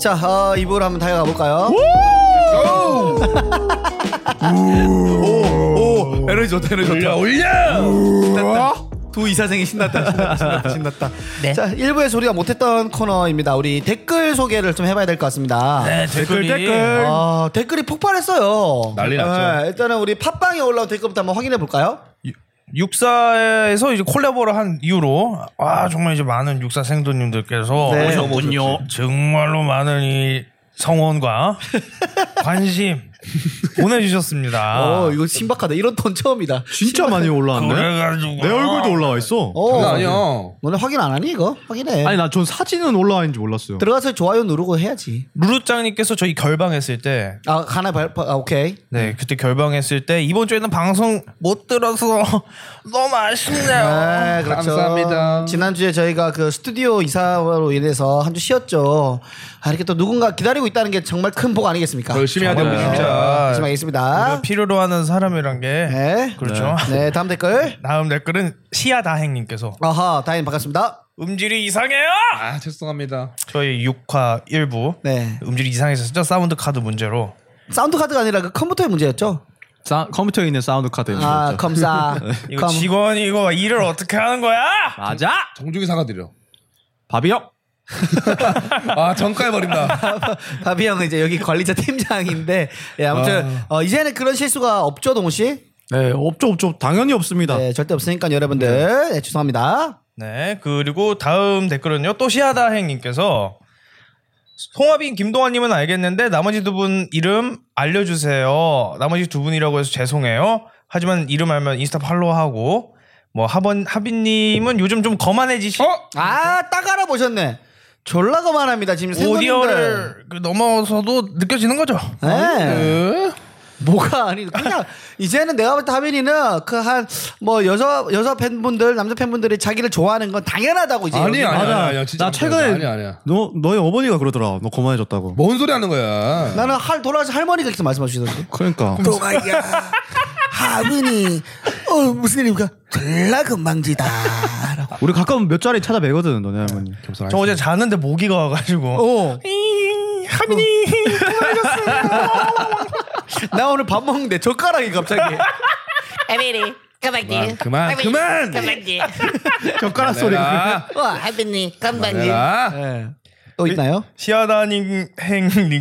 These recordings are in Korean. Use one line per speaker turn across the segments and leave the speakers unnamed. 자, 어, 입으로 한번 달려가 볼까요? 오, 에너지 좋다, 에너지
올려
좋다.
올려.
두 이사생이 신났다, 신났다, 신났다. 신났다.
네.
자, 1부에서 우리가 못했던 코너입니다. 우리 댓글 소개를 좀 해봐야 될 것 같습니다.
네, 댓글이. 댓글.
아, 댓글이 폭발했어요.
난리 났죠.
네, 일단은 우리 팟빵에 올라온 댓글부터 한번 확인해 볼까요?
육사에서 이제 콜라보를 한 이후로 아 정말 이제 많은 육사 생도님들께서
네.
오셨군요. 정말로 많은 이 성원과 관심 보내주셨습니다.
어, 이거 신박하다. 이런 돈 처음이다.
진짜 많이 올라왔네.
그래가지고
내
아.
얼굴도 올라와 있어.
어,
그건 아니야.
너네 확인 안 하니 이거? 확인해.
아니 나 전 사진은 올라와 있는지 몰랐어요.
들어가서 좋아요 누르고 해야지.
루루짱님께서 저희 결방했을 때.
아 하나 발파 아, 오케이.
네, 그때 결방했을 때 이번 주에는 방송 못 들어서 너무 아쉽네요.
네, 그렇죠.
감사합니다.
지난주에 저희가 그 스튜디오 이사로 인해서 한 주 쉬었죠. 아, 이렇게 또 누군가 기다리고 있다는 게 정말 큰 복 아니겠습니까? 네,
열심히 해야 됩니다.
진짜
마지막 있습니다.
우리가 필요로 하는 사람이란 게
네.
그렇죠.
네, 다음 댓글.
다음 댓글은 시아다행님께서
아하, 다인 반갑습니다.
음질이 이상해요.
아 죄송합니다.
저희 6화 1부
네.
음질이 이상해서 진짜 사운드 카드 문제로
사운드 카드가 아니라 그 컴퓨터의 문제였죠.
사- 컴퓨터에 있는 사운드 카드.
아, 컴사.
네, 그렇죠. 이거
컴.
직원이 이거 일을 어떻게 하는 거야?
맞아.
정중히 사과드려.
밥이요?
아 정가해 버린다.
바비 형은 이제 여기 관리자 팀장인데 예, 아무튼 어, 이제는 그런 실수가 없죠, 동훈 씨?
네, 없죠, 없죠. 당연히
아.
없습니다.
네, 절대 없으니까 여러분들 네, 죄송합니다.
네 그리고 다음 댓글은요 또 시아다행님께서 홍합인 김동환님은 알겠는데 나머지 두 분 이름 알려주세요. 나머지 두 분이라고 해서 죄송해요. 하지만 이름 알면 인스타 팔로우하고 뭐 하번 하빈님은 요즘 좀 거만해지신
어?
아,
그러니까.
딱 알아보셨네. 졸라 거만합니다. 지금 생각인데.
오디오를 그 넘어서도 느껴지는 거죠.
네.
어?
뭐가 아니 그냥 이제는 내가 볼 때 하빈이는 그 한 뭐 여자 여자 팬분들 남자 팬분들이 자기를 좋아하는 건 당연하다고 이제
아니 아니
여기는.
아니 아니야. 진짜
나 최근에
아니 아니야.
너 너의 어머니가 그러더라. 너 거만해졌다고.
뭔 소리 하는 거야?
나는 할 돌아서 할머니가 이렇게 말씀하시던데
그러니까.
또가야 하빈이 어 무슨 일입니까 졸라 금방지다
우리 가끔 몇 자리 찾아 매거든 너네 할머니.
저 어제 자는데 모기 가가지고
어
하빈이
나 오늘 밥 먹는데 젓가락이 갑자기
하빈이 건방지
그만, 그만.
건방지
젓가락
내가
와 하빈이 건방지
내가
예. 또 있나요?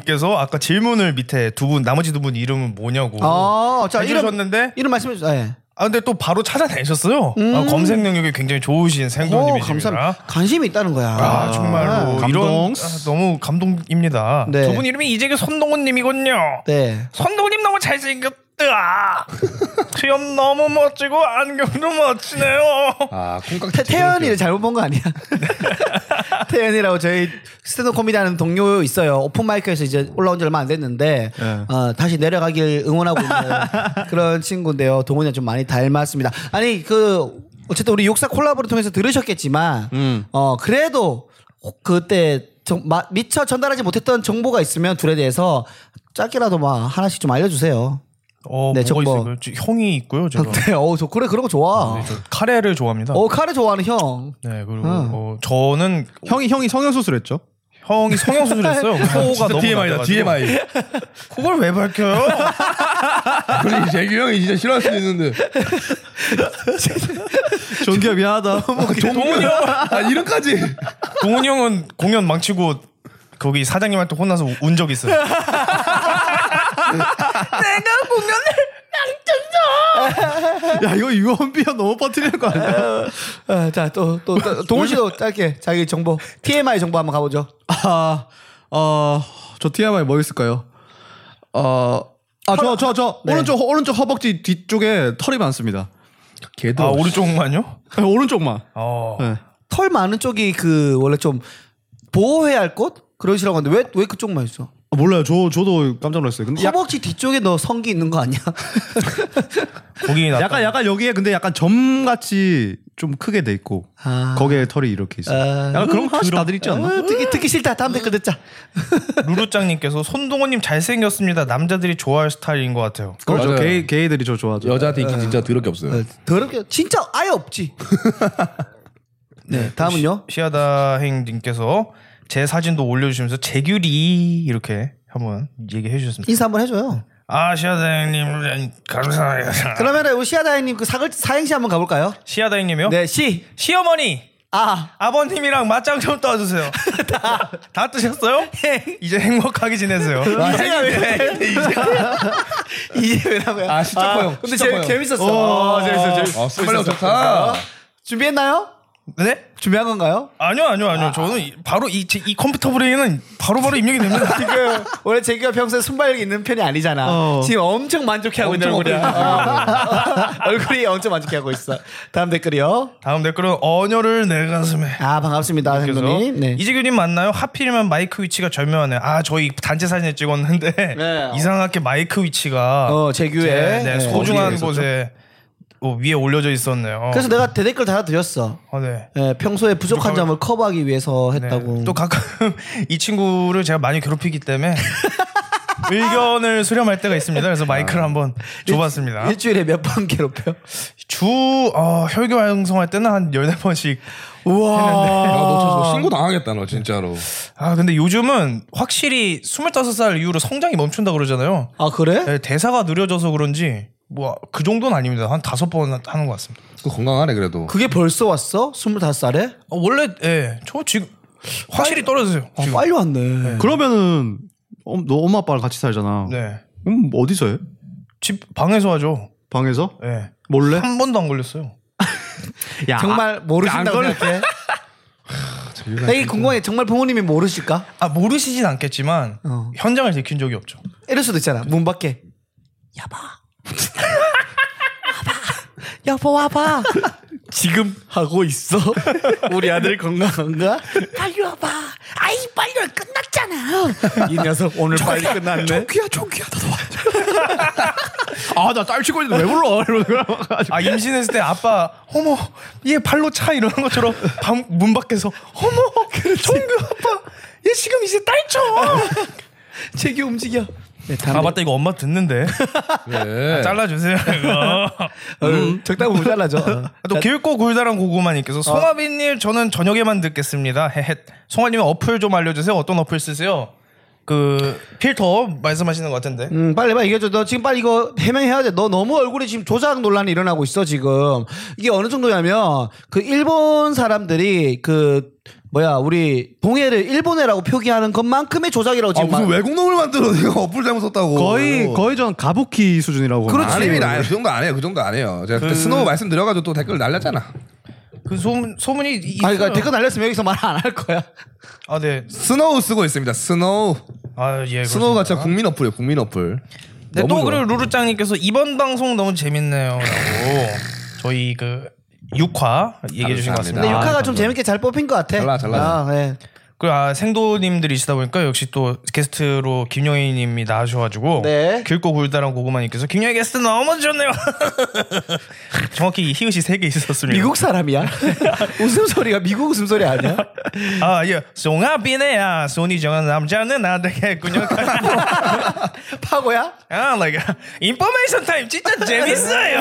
시아다님행님께서 아까 질문을 밑에 두 분 나머지 두 분 이름은 뭐냐고
어, 자 이름
해주셨는데
이름 말씀해 주세요. 예.
아 근데 또 바로 찾아내셨어요. 아, 검색 능력이 굉장히 좋으신
오,
생도님이십니다.
어, 감사합니다. 관심이 있다는 거야.
아 정말로
감동.
이런 아, 너무 감동입니다.
네.
두 분 이름이 이재규 손동훈님이군요.
네.
손동훈님 너무 잘생겼다. 수염 너무 멋지고 안경도 멋지네요.
아 콩깍지.
태, 태연이를 잘못 본 거 아니야? 태연이라고 저희 스탠드 코미디하는 동료 있어요. 오픈 마이크에서 이제 올라온 지 얼마 안 됐는데
네.
어, 다시 내려가길 응원하고 있는 그런 친구인데요. 동훈이 좀 많이 닮았습니다. 아니 그 어쨌든 우리 욕사 콜라보를 통해서 들으셨겠지만
음.
어 그래도 혹- 그때 정- 마- 미처 전달하지 못했던 정보가 있으면 둘에 대해서 짧게라도 막 하나씩 좀 알려주세요.
어,
네,
뭐가
저거 뭐-
있어요? 저 형이 있고요. 제가
네, 어, 저 그래 그런 거 좋아.
네, 저 카레를 좋아합니다.
어 카레 좋아하는 형.
네 그리고 어, 저는
형이 형이 성형 수술했죠?
형이 성형 수술했어요. 코가 너무
TMI다
낮아가지고.
TMI.
그걸 왜 밝혀요?
우리 재규 형이 진짜 싫어할 수도 있는데.
존기야 미안하다.
뭐
동훈이 형,
아 이름까지.
동훈이 형은 공연 망치고 거기 사장님한테 혼나서 우- 운적 있어요.
야 이거 유언비어 너무 퍼뜨리는 거 아니야?
아, 자, 또, 또, 또 동훈 씨도 짧게 자기 정보, TMI 정보 한번 가보죠.
아, 어, 저 TMI 뭐 있을까요? 어, 아, 저, 저, 저, 오른쪽, 허- 오른쪽 허벅지 뒤쪽에 털이 많습니다.
아
걔도.
오른쪽만요?
네, 오른쪽만.
어.
네.
털 많은 쪽이 그, 원래 좀 보호해야 할 곳? 그런 식이라고 하는데 왜, 왜 그쪽만 있어?
아, 몰라요. 저, 저도 깜짝 놀랐어요. 근데 약,
허벅지 뒤쪽에 너 성기 있는 거 아니야?
거기 나
약간, 약간 여기에 근데 약간 점같이 좀 크게 돼 있고,
아.
거기에 털이 이렇게 있어요.
아.
약간 그런 거 하나씩 다들 있지 않나?
어, 듣기, 듣기 싫다. 다음 댓글 듣자.
루루짱님께서 손동호님 잘생겼습니다. 남자들이 좋아할 스타일인 것 같아요.
그렇죠.
맞아요.
게이, 게이들이 저 좋아하죠.
여자한테 인기 진짜 더럽게 없어요.
어, 더럽게, 진짜 아예 없지. 네, 다음은요.
시아다행님께서 제 사진도 올려주시면서 재규리 이렇게 한번 얘기해 주셨습니다.
인사 한번 해줘요.
아 시아다행님 감사합니다.
그러면 우리 시아다이님 그 사글 사행시 한번 가볼까요?
시아다행님이요?
네, 시,
시어머니
아,
아버님이랑 맞짱 좀 떠주세요. 다, 다 뜨셨어요? 이제 행복하게 지내세요.
이제야 왜? 이제 왜라고요?
아, 시적 고용,
근데
시적
재밌,
고용.
재밌었어. 재밌어, 재밌어.
아, 스컬력 좋다.
준비했나요?
네?
준비한 건가요?
아니요 아니요 아니요. 저는 이- 바로 이, 제- 이 컴퓨터 브레인은 바로바로 입력이 됩니다.
지금 원래 제기가 평소에 순발력 있는 편이 아니잖아.
어.
지금 엄청 만족해하고 있는 얼굴이야. 어. 얼굴이 엄청 만족해하고 있어. 다음 댓글이요.
다음 댓글은 어녀를 내 가슴에.
아 반갑습니다,
그래서
행도님. 네.
이재규님 맞나요? 하필이면 마이크 위치가 절묘하네요. 아 저희 단체 사진을 찍었는데
네.
이상하게 마이크 위치가
어 제규의
제, 네,
네.
소중한 곳에 어, 위에 올려져 있었네요.
그래서 내가 대댓글 달아 드렸어.
어, 네.
네, 평소에 부족한
부족함을-
점을 커버하기 위해서
네.
했다고.
또 가끔 이 친구를 제가 많이 괴롭히기 때문에 의견을 수렴할 때가 있습니다. 그래서 마이크를
아.
한번 줘봤습니다.
일주일에 몇 번 괴롭혀?
주 어, 혈교 활성할 때는 한 열네 번씩.
우와.
야, 너 진짜 신고 당하겠다, 너 진짜로.
아 근데 요즘은 확실히 25살 이후로 성장이 멈춘다 그러잖아요.
아 그래?
네, 대사가 느려져서 그런지 뭐 그 정도는 아닙니다. 한 다섯 번 하는 것 같습니다.
그 건강하네 그래도.
그게 벌써 왔어? 25살에?
어, 원래 예, 저 지금 확실히 떨어졌어요.
아,
지금.
빨리 왔네.
그러면은 어, 너 엄마 아빠랑 같이 살잖아.
네,
음 어디서 해?
집 방에서 하죠.
방에서?
예,
몰래?
한 번도 안 걸렸어요.
야,
정말 모르신다고
안 걸려.
생각해? 나 이게 궁금해. 정말 부모님이 모르실까?
아 모르시진 않겠지만
어.
현장을 지킨 적이 없죠.
이럴 수도 있잖아. 문 밖에. 여보. 와봐. 여보 와봐. 지금 하고 있어. 우리 아들 건강한가?
빨리 와봐. 아이 빨리 와 끝났잖아.
이 녀석 오늘 빨리 끝났네.
종키야 종키야 나도 와아나 딸 치고 있는데 왜 불러 이러는 거야
아 임신했을 때 아빠 어머 얘 발로 차 이러는 것처럼 방, 문 밖에서 어머 종규 아빠 얘 지금 이제 딸쳐.
제기 움직여. 네, 다음
아 맞다 이거 엄마 듣는데
네.
아, 잘라주세요. 이거.
어, 적당히 보면 잘라져. 어.
아, 또 길고 굴다란 고구마님께서
어.
송하빈님 저는 저녁에만 듣겠습니다. 헤헷. 송하님 어플 좀 알려주세요. 어떤 어플 쓰세요? 그 필터 말씀하시는 것 같은데.
음, 빨리 빨리 얘기해줘. 너 지금 빨리 이거 해명해야 돼. 너 너무 얼굴에 지금 조작 논란이 일어나고 있어, 지금. 이게 어느 정도냐면, 그 일본 사람들이 그, 뭐야, 우리 동해를 일본해라고 표기하는 것만큼의 조작이라고
아
지금.
무슨
말-
외국 놈을 만들어 내가 어플 잘못 썼다고.
거의 거의 전 가부키 수준이라고
그렇지.
아닙니다. 아니, 그 정도 안 해요. 그 정도 안 해요. 제가 그때 스노우 말씀드려가지고 또 댓글 날렸잖아.
그 소문 소문이 이-
아, 그러니까 댓글 날렸으면 여기서 말 안 할 거야.
아 네.
스노우 쓰고 있습니다. 스노우.
아 예.
스노우가 진짜 국민 어플이에요. 국민 어플.
네,
너무
또
좋아.
그리고 루루짱님께서 이번 방송 너무 재밌네요라고 저희 그 6화 얘기해 주신 것
근데
같습니다.
감사합니다. 아,
육화가 좀 재밌게 잘 뽑힌 것 같아.
잘라, 잘라.
아, 네.
그리고 아 생도님들이시다 보니까 역시 또 게스트로 김영희님이 나와주셔가지고
네.
길고 굴다란 고구마님께서 김영희 게스트 너무 좋네요. 정확히 희우씨 세 개 있었습니다.
미국 사람이야? 웃음소리가 미국 웃음소리 아니야?
아, 예. 송아비네야. 손이 정한 남자는 안 되겠군요.
파고야?
아, like, 인포메이션 타임 진짜 재밌어요.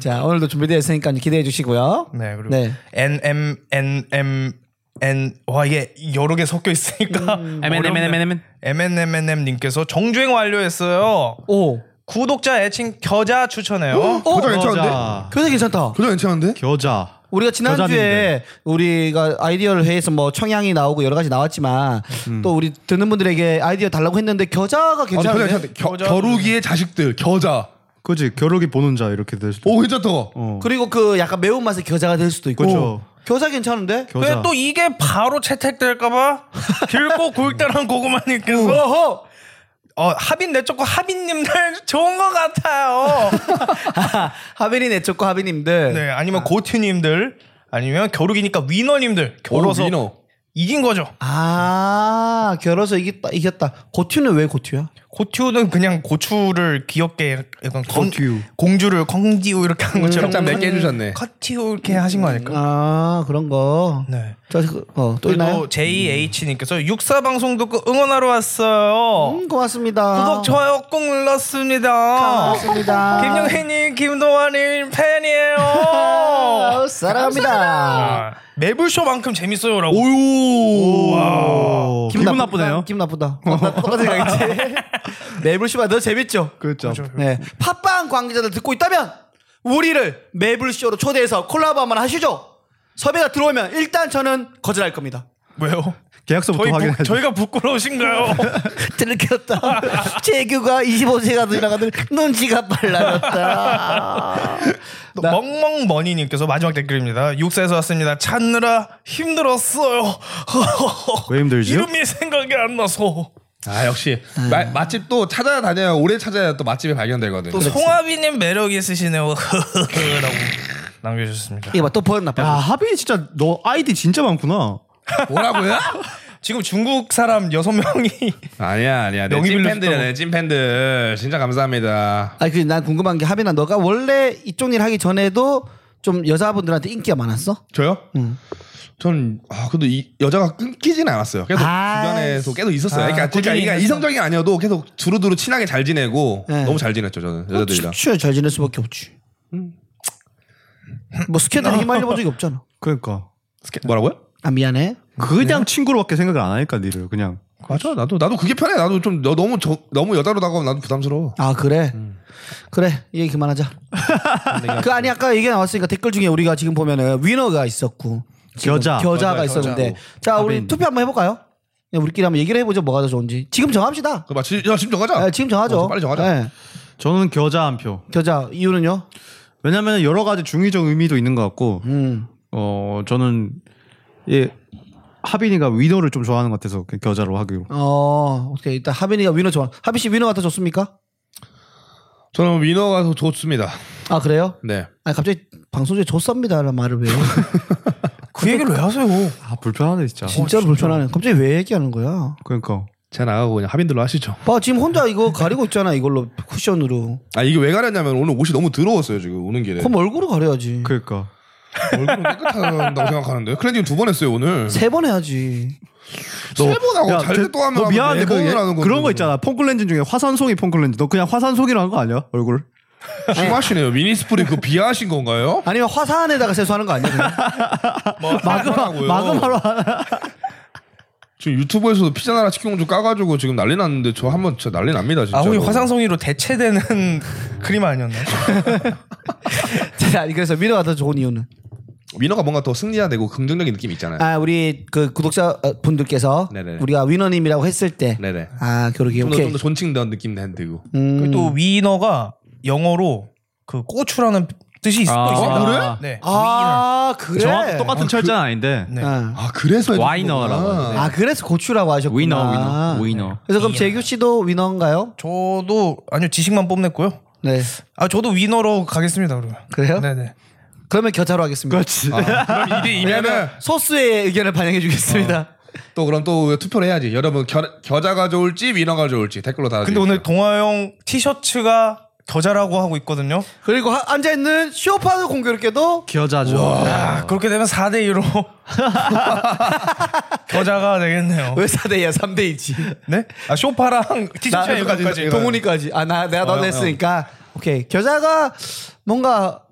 자, 오늘도 준비되어 있으니까 기대해 주시고요.
네, 그리고
네.
N M N M N 와 이게 여러 개 섞여 있으니까
음. 아, MNMNMN.
M N M N M 님께서 정주행 완료했어요.
오.
구독자 애칭 겨자 추천해요.
어?
교장 아, 괜찮은데?
겨자
교수 괜찮다.
교장 괜찮은데?
겨자
우리가 지난주에 우리가 아이디어를 회의해서 뭐 청양이 나오고 여러 가지 나왔지만 또 우리 듣는 분들에게 아이디어 달라고 했는데 겨자가
아, 교장
괜찮은데
괜찮은데? 겨, 겨루기의 자식들. 겨자.
그지 겨루기 보는 자 이렇게 될 수도
오 괜찮다.
어.
그리고 그 약간 매운맛의 겨자가 될 수도 있고
그렇죠.
겨자 괜찮은데?
왜
겨자
또 이게 바로 채택될까봐 길고 굵다란 고구마님께서
어허!
어, 하빈 내쫓고 하빈님들 좋은 것 같아요.
하빈이 내쫓고 하빈님들
네, 아니면 고트님들 아니면 겨루기니까 위너님들
오,
겨뤄서
위너.
이긴 거죠.
아 결어서 이겼다 이겼다. 고튜는 왜 고튜야?
고튜는 그냥 고추를 귀엽게 약간 건-
고튜.
공주를 콩디우 이렇게 한 것처럼
살짝 맵게 해주셨네.
커티우 이렇게 하신 거 아닐까?
아 그런 거.
네.
저어또 있나요?
그리고 JH님께서 육사 방송도 그 응원하러 왔어요.
음, 고맙습니다.
구독 좋아요 꾹 눌렀습니다.
고맙습니다.
김영희님, 김동환님 팬이에요.
아우, 사랑합니다.
아, 매불쇼만큼 재밌어요라고.
오. 기분 나쁘네요.
어, 기분 나쁘다. 어, 나 똑같은 생각이지. 매불쇼가 더 네, 재밌죠.
그렇죠.
네. 팟빵 관계자들 듣고 있다면 우리를 매불쇼로 초대해서 콜라보 한번 하시죠. 섭외가 들어오면 일단 저는 거절할 겁니다.
왜요?
계약서부터
저희
확인해.
부, 저희가 부끄러우신가요?
들켰다. 재규가 25세가 지나가는 눈치가 빨라졌다.
또
뭐?
멍멍머니님께서 마지막 댓글입니다. 육사에서 왔습니다. 찾느라 힘들었어요.
왜 힘들지요?
이름이 생각이 안 나서.
아 역시 마- 맛집 또 찾아다녀야 오래 찾아야 또 맛집이 발견되거든.
또 네. 송하빈님 매력 있으시네요. 라고 남겨주셨습니다.
이거 봐또 보였나
야
봐.
하빈이 진짜 너 아이디 진짜 많구나.
뭐라고요?
지금 중국 사람 여섯 명이
아니야 아니야 내
명의
찐팬들이야
빌려줬다고.
내 찐팬들 진짜 감사합니다.
아니 근데 난 궁금한 게 하빈아 너가 원래 이쪽 일 하기 전에도 좀 여자분들한테 인기가 많았어?
저요?
음.
전 아, 그래도 이 여자가 끊기진 않았어요. 계속
아,
주변에서 계속 있었어요.
아,
그러니까, 그러니까
꾸준히
이게
있었어.
이성적인 아니어도 계속 두루두루 친하게 잘 지내고
네.
너무 잘 지냈죠 저는 여자들이랑.
추추야 잘 지낼 수밖에 없지. 뭐 스캔들 휘말려 본 적이 없잖아.
그러니까
뭐라고요?
아 미안해.
그냥 친구로밖에 생각을 안 하니까 니를 그냥.
맞아 나도 나도 그게 편해 나도 좀 너, 너무 저, 너무 여자로 다가오면 나도 부담스러워
아 그래.
음.
그래 얘기 그만하자. 그 아니 아까 얘기 나왔으니까 댓글 중에 우리가 지금 보면은 위너가 있었고 지금
겨자.
겨자가
겨자,
있었는데
겨자고.
자 우리
하빈.
투표 한번 해볼까요? 그냥 우리끼리 한번 얘기를 해보죠 뭐가 더 좋은지 지금 정합시다.
그 마치 야 지금 정하자
아,
네, 지금 정하죠.
어, 빨리 정하자
네.
저는 겨자 한 표.
겨자 이유는요?
왜냐면 여러 가지 중의적 의미도 있는 것 같고,
음.
어 저는 예 하빈이가 위너를 좀 좋아하는 것 같아서 그 겨자로 하기로.
어 오케이 일단 하빈이가 위너 좋아. 하빈 씨 위너가 더 좋습니까?
저는 뭐 위너가 더 좋습니다
아 그래요?
네
아 갑자기 방송 중에 좋습니다라는 말을 왜요?
그 얘기를 왜 하세요?
아 불편하네 진짜.
진짜로 불편하네. 갑자기 왜 얘기하는 거야?
그러니까.
제가 나가고 그냥 하빈들로 하시죠
봐 지금 혼자 이거 가리고 있잖아 이걸로 쿠션으로.
아 이게 왜 가렸냐면 오늘 옷이 너무 더러웠어요 지금 오는 길에
그럼 얼굴을 가려야지.
네. 그러니까.
얼굴은 깨끗하다고 생각하는데 클렌징 두 번 했어요 오늘
세 번 해야지.
세 번 하고 잘 때 또 하면
너
하는데
미안한데
네
그,
번을 하는
그런 거 있잖아. 폼클렌징 중에 화산송이 폼클렌징. 너 그냥 화산송이로 한 거 아니야? 얼굴.
심하시네요 미니스프리 그거 비하하신 건가요?
아니면 화산에다가 세수하는 거 아니야? 그냥?
마그마
마그마로
지금 유튜브에서도 피자 나라 치킨 공주 까가지고 지금 난리 났는데 저 한번 진짜 난리 납니다 진짜
아, 우리 화상송이로 대체되는 그림 아니었나요?
자, 아니, 그래서 미러가 더 좋은 이유는
네.
위너가 뭔가 더 승리화되고 긍정적인 느낌이 있잖아요
아 우리 그 구독자 어, 분들께서
네네.
우리가 위너님이라고 했을 때.
네네
아 그러게
좀더
오케이.
좀더 존칭된 느낌 들고
음.
그리고 또 위너가 영어로 그 고추라는 뜻이 있- 또
아,
있습니다.
그래?
네.
아
네.
그래.
저하고 똑같은 철자는
그
아닌데.
네.
아.
아 그래서 해주는
와이너라고
거구나.
하는데.
아 그래서 고추라고 하셨구나.
네. 위너, 위너,
네.
위너.
그래서 그럼 재규 씨도 위너인가요?
저도 아니요 지식만 뽐냈고요.
네.
아 저도 위너로 가겠습니다 그러면.
그래요?
네네.
그러면 겨자로 하겠습니다. 아,
그렇지.
아, 그럼 이게 이면은
네. 소스의 의견을 반영해 주겠습니다.
또 그럼 또 투표를 해야지. 여러분 겨, 겨자가 좋을지 위너가 좋을지 댓글로 달아.
근데 오늘 동아 형 티셔츠가 겨자라고 하고 있거든요.
그리고 앉아 있는 쇼파도 공교롭게도
겨자죠. 네.
아, 그렇게 되면 4대 2로 겨자가 되겠네요.
왜 4대야 3대이지.
네? 아 쇼파랑
나
티셔츠 이거까지.
동훈이까지. 아 나 내가
어,
너
형,
냈으니까. 오케이. 겨자가 뭔가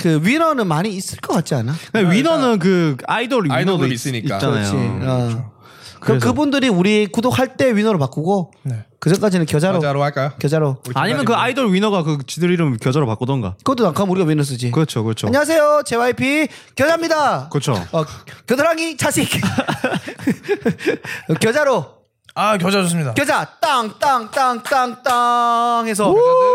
그 위너는 많이 있을 것 같지 않아?
근데 위너는 그 아이돌 위너도
네, 아이돌도
있,
있으니까.
있잖아요. 음.
그렇지. 어. 그럼 그분들이 우리 구독할 때 위너로 바꾸고
네.
그 전까지는 겨자로
겨자로 할까요?
겨자로.
아니면
네.
그 아이돌 위너가 그 지들 이름 겨자로 바꾸던가.
그것도 난 그럼 우리가 위너 쓰지.
그렇죠, 그렇죠.
안녕하세요. JYP 겨자입니다.
그렇죠.
어, 겨드랑이 자식. 겨자로
아 겨자 좋습니다.
겨자 땅땅땅땅땅땅 해서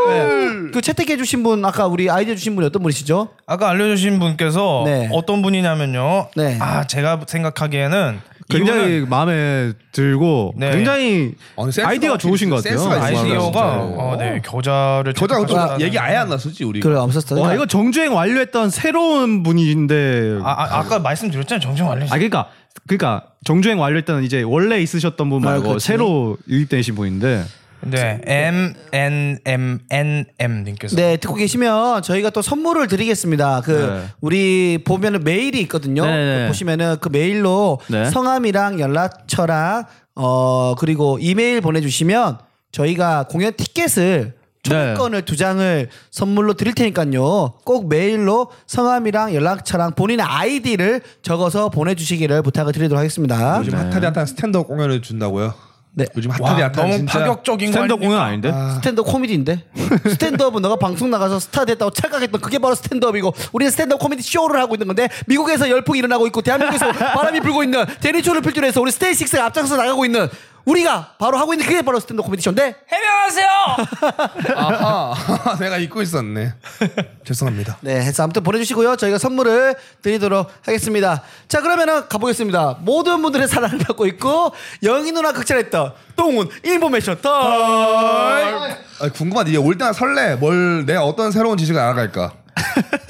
네. 그 채택해 주신 분 아까 우리 아이디어 주신 분이 어떤 분이시죠?
아까 알려주신 분께서
네.
어떤 분이냐면요.
네.
아 제가 생각하기에는
굉장히 마음에 들고
네.
굉장히
아니, 센스가
아이디어가
확실히
좋으신 것 같아요.
센스가 있어요,
아이디어가
진짜.
어, 네 겨자를
저자가
채택하셨다는-
또 얘기 아예 안 났었지 우리.
그래 없었어.
와 이거 정주행 완료했던 새로운 분인데
아, 아 아까 말씀드렸잖아요 정정 알려.
아 그러니까 그러니까 정주행 완료했던 이제 원래 있으셨던 분
아,
말고
그렇지.
새로 유입되신 분인데
네 M N M N M 님께서
네 듣고 계시면 저희가 또 선물을 드리겠습니다. 그
네.
우리 보면은 메일이 있거든요.
네네.
그 보시면은 그 메일로
네.
성함이랑 연락처랑 어 그리고 이메일 보내주시면 저희가 공연 티켓을
네.
초대권을 두 장을 선물로 드릴 테니까요. 꼭 메일로 성함이랑 연락처랑 본인의 아이디를 적어서 보내주시기를 부탁을 드리도록 하겠습니다.
요즘 핫하디 핫한 스탠드업 공연을 준다고요.
네.
요즘
와,
핫하디 핫한
너무
진짜
파격적인 거
스탠드업
아닙니까?
공연 아닌데
스탠드업 코미디인데 스탠드업은 너가 방송 나가서 스타 됐다고 착각했던 그게 바로 스탠드업이고 우리는 스탠드업 코미디 쇼를 하고 있는 건데 미국에서 열풍이 일어나고 있고 대한민국에서 바람이 불고 있는 데니초를 필두로 해서 우리 스테이식스가 앞장서 나가고 있는 우리가 바로 하고 있는 그게 바로 스탠드업 코미디 쇼인데
해명하세요.
아하 내가 잊고 있었네. 죄송합니다.
네 해서 아무튼 보내주시고요 저희가 선물을 드리도록 하겠습니다 자 그러면은 가보겠습니다 모든 분들의 사랑을 받고 있고 영희 누나 극찬했던 똥운 인포메이션 털
아, 궁금하다. 이게 올 때나 설레. 뭘 내가 어떤 새로운 지식을 알아갈까?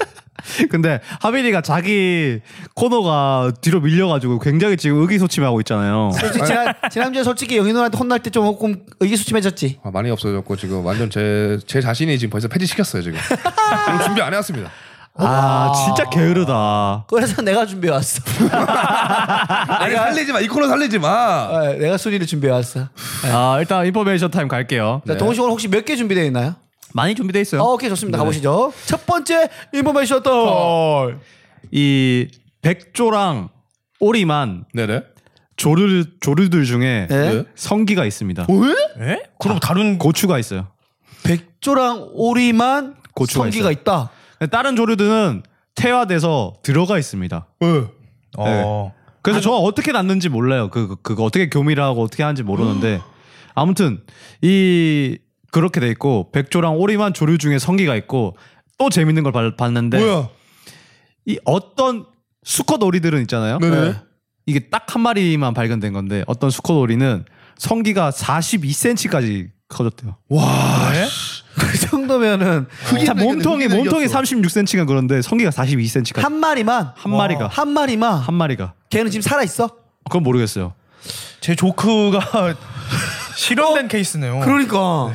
근데 하빈이가 자기 코너가 뒤로 밀려가지고 굉장히 지금 의기소침하고 있잖아요.
솔직히 지난, 지난주에 솔직히 영희 누나한테 혼날 때 좀 조금 의기소침해졌지
아, 많이 없어졌고 지금 완전 제 제 자신이 지금 벌써 폐지 시켰어요 지금. 지금 준비 안 해왔습니다.
아 진짜 게으르다.
그래서 내가 준비해 왔어.
아니 살리지 마. 이 코너 살리지 마.
아, 내가 순위를 준비해 왔어.
아 일단 인포메이션 타임 갈게요.
자, 동훈 씨 오늘 혹시 몇 개 준비되어 있나요?
네. 많이 준비돼 있어요.
네. 아, 오케이 좋습니다. 가보시죠. 첫 번째 인포메이션
어.
또
이 백조랑 오리만
네네.
조류 조류들 중에
네.
성기가 있습니다.
예? 그럼 다른
고추가 있어요.
백조랑 오리만
고추가
성기가 있다
근데 다른 조류들은 태화돼서 들어가 있습니다.
어.
그래서 저 어떻게 났는지 몰라요. 그, 그 그거 어떻게 교미하고 어떻게 하는지 모르는데 아무튼 이 그렇게 돼 있고 백조랑 오리만 조류 중에 성기가 있고 또 재밌는 걸 봤- 봤는데
네. 뭐야?
이 어떤 수컷 오리들은 있잖아요.
네네.
이게 딱 한 마리만 발견된 건데 어떤 수컷 오리는 성기가 42cm까지 커졌대요.
와.
네?
그 정도면은
자, 몸통이
흑인을
몸통이
이겼어.
36cm가 그런데 성기가 42cm까지 한,
한 마리만
마리가
한 마리만
한 마리가
걔는 지금 살아 있어?
그건 모르겠어요.
제 조크가 실현된 케이스네요.
그러니까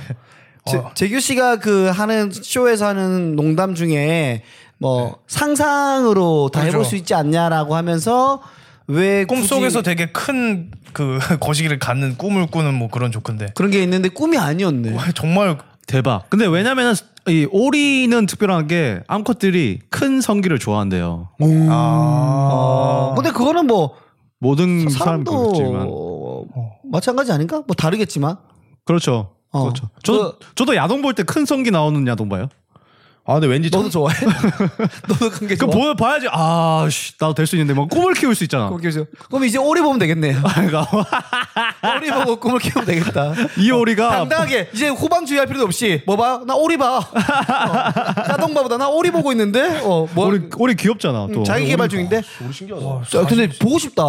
제, 재규 씨가 그 하는 쇼에서 하는 농담 중에 뭐 상상으로 다 해볼
그렇죠.
수 있지 않냐라고 하면서 왜 굳이
꿈속에서 되게 큰 그 거시기를 갖는 꿈을 꾸는 뭐 그런 조크인데
그런 게 있는데 꿈이 아니었네.
와, 정말
대박. 근데 왜냐면은 이 오리는 특별한 게 암컷들이 큰 성기를 좋아한대요.
어, 근데 그거는 뭐
모든 아. 음, 사람이 그렇지만
사람도 마찬가지 아닌가? 뭐 다르겠지만.
그렇죠.
어.
그렇죠. 저 저도 야동 볼 때 큰 성기 나오는 야동 봐요.
아 근데 왠지
너도 좋아해? 너도 그게 좋아?
그보 봐야지. 아, 씨, 나도 될 수 있는데 막 꿈을 키울 수 있잖아.
꿈을 키우죠. 그럼 이제 오리 보면 되겠네요. 오리 보고 꿈을 키우면 되겠다.
이 오리가
어, 당당하게 이제 호방 주의할 필요도 없이 뭐 봐? 나 오리 봐. 어, 야동 봐보다 나 오리 보고 있는데. 어, 뭐 음,
오리 오리 귀엽잖아. 또
자기 개발 중인데. 야, 근데 보고 싶다.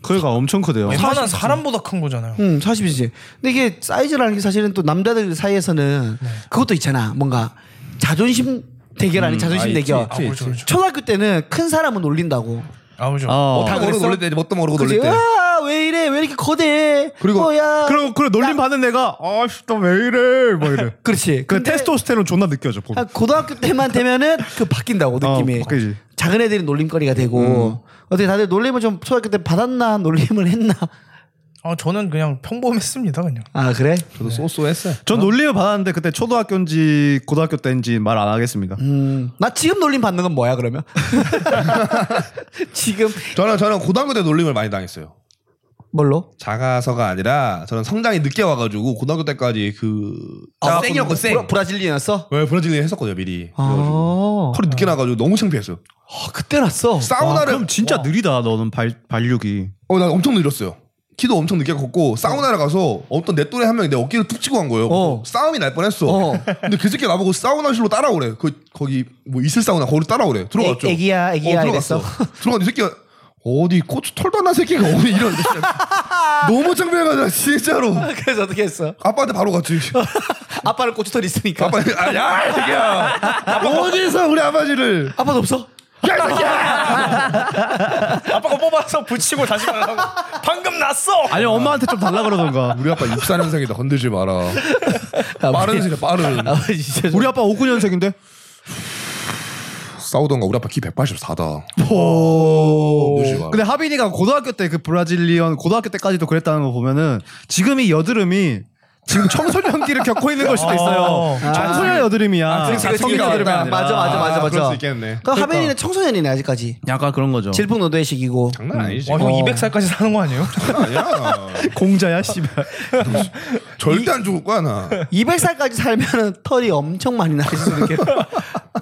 그가 엄청 크대요.
웬만한 어, 사람보다 큰 거잖아요.
음, 40이지. 근데 이게 사이즈라는 게 사실은 또 남자들 사이에서는 그것도 있잖아. 뭔가 자존심 대결 아닌 자존심 대결. 네.
아, 그렇죠, 그렇죠.
초등학교 때는 큰 사람은 놀린다고.
아무죠.
어.
다 모르고
그랬어? 아.
놀릴 때 뭣도 모르고
그치?
놀릴 때.
와, 왜 이래? 왜 이렇게 거대해?
그리고
뭐야?
그럼 그래 놀림 받는 애가 아씨 또 왜 이래 막 이래.
그렇지.
그
근데
테스토스테론 존나 느껴져 보면.
한 고등학교 때만 되면은 그 바뀐다고 느낌이.
어, 바뀌지.
작은 애들이 놀림거리가 되고 어떻게 다들 놀림을 좀 초등학교 때 받았나 놀림을 했나?
아 저는 그냥 평범했습니다 그냥.
아 그래?
저도 쏘쏘했어요.
전 놀림을 받았는데 그때 초등학교인지 고등학교 때인지 말 안 하겠습니다.
음, 나 지금 놀림 받는 건 뭐야 그러면? 지금
저는 저는 고등학교 때 놀림을 많이 당했어요.
뭘로?
작아서가 아니라 저는 성장이 늦게 와가지고 고등학교 때까지 그
아,
쌩이었고 쌩.
브라- 브라질리언이었어?
왜 브라질리아 했었거든요 미리. 그래가지고
아,
털이 늦게 나가지고 너무 창피했어요.
아, 그때 났어.
와,
사우나를
그럼 진짜 느리다 너는 발 발육이.
어, 나 엄청 느렸어요. 키도 엄청 늦게 컸고 사우나를 가서 어떤 내 또래 한 명이 내 어깨를 툭 치고 간 거예요.
어.
싸움이 날 뻔했어.
어.
근데 그 새끼 나보고 사우나실로 따라오래. 그 거기 뭐 이슬 사우나 거기로 따라오래. 들어갔죠.
애- 애기야, 애기야
들어갔어.
이랬어?
들어갔는데 이 새끼가 어디 고추 털받나 새끼가 어디 이런 너무 창피해가지고 진짜로
그래서 어떻게 했어?
아빠한테 바로 갔지.
아. 아빠를 고추털 있으니까.
아빠 아야 새끼야 어디서 우리 아버지를
아빠도 없어?
야 이 새끼야
아빠가 뽑아서 붙이고 다시 말라고. 방금 났어.
아니 엄마한테 좀 달라 그러던가.
우리 아빠 입산 현상이다 건들지 마라 빠른 새끼 빠른
아, 아버지 진짜 좀-
우리 아빠 59년생인데?
싸우던가 우리 아빠 키 184다 건들지 마라
근데 하빈이가 고등학교 때 그 브라질리언 고등학교 때까지도 그랬다는 거 보면은 지금 이 여드름이 지금 청소년기를 겪고 있는 걸 수도 있어요.
아.
청소년 여드름이야.
그치, 그치,
성인
그치.
여드름이 아니라.
맞아, 맞아, 맞아, 맞아.
그럴 수 있겠네
그러니까 하빈이는 청소년이네 아직까지.
약간 그런 거죠.
질풍노도의 시기고.
장난 아니지 어,
와, 형 200살까지 사는 거 아니에요?
음. 아니야
공자야 씨발.
절대 안 죽을 거야 나
200살까지 살면은 털이 엄청 많이 나실 수도 있겠다.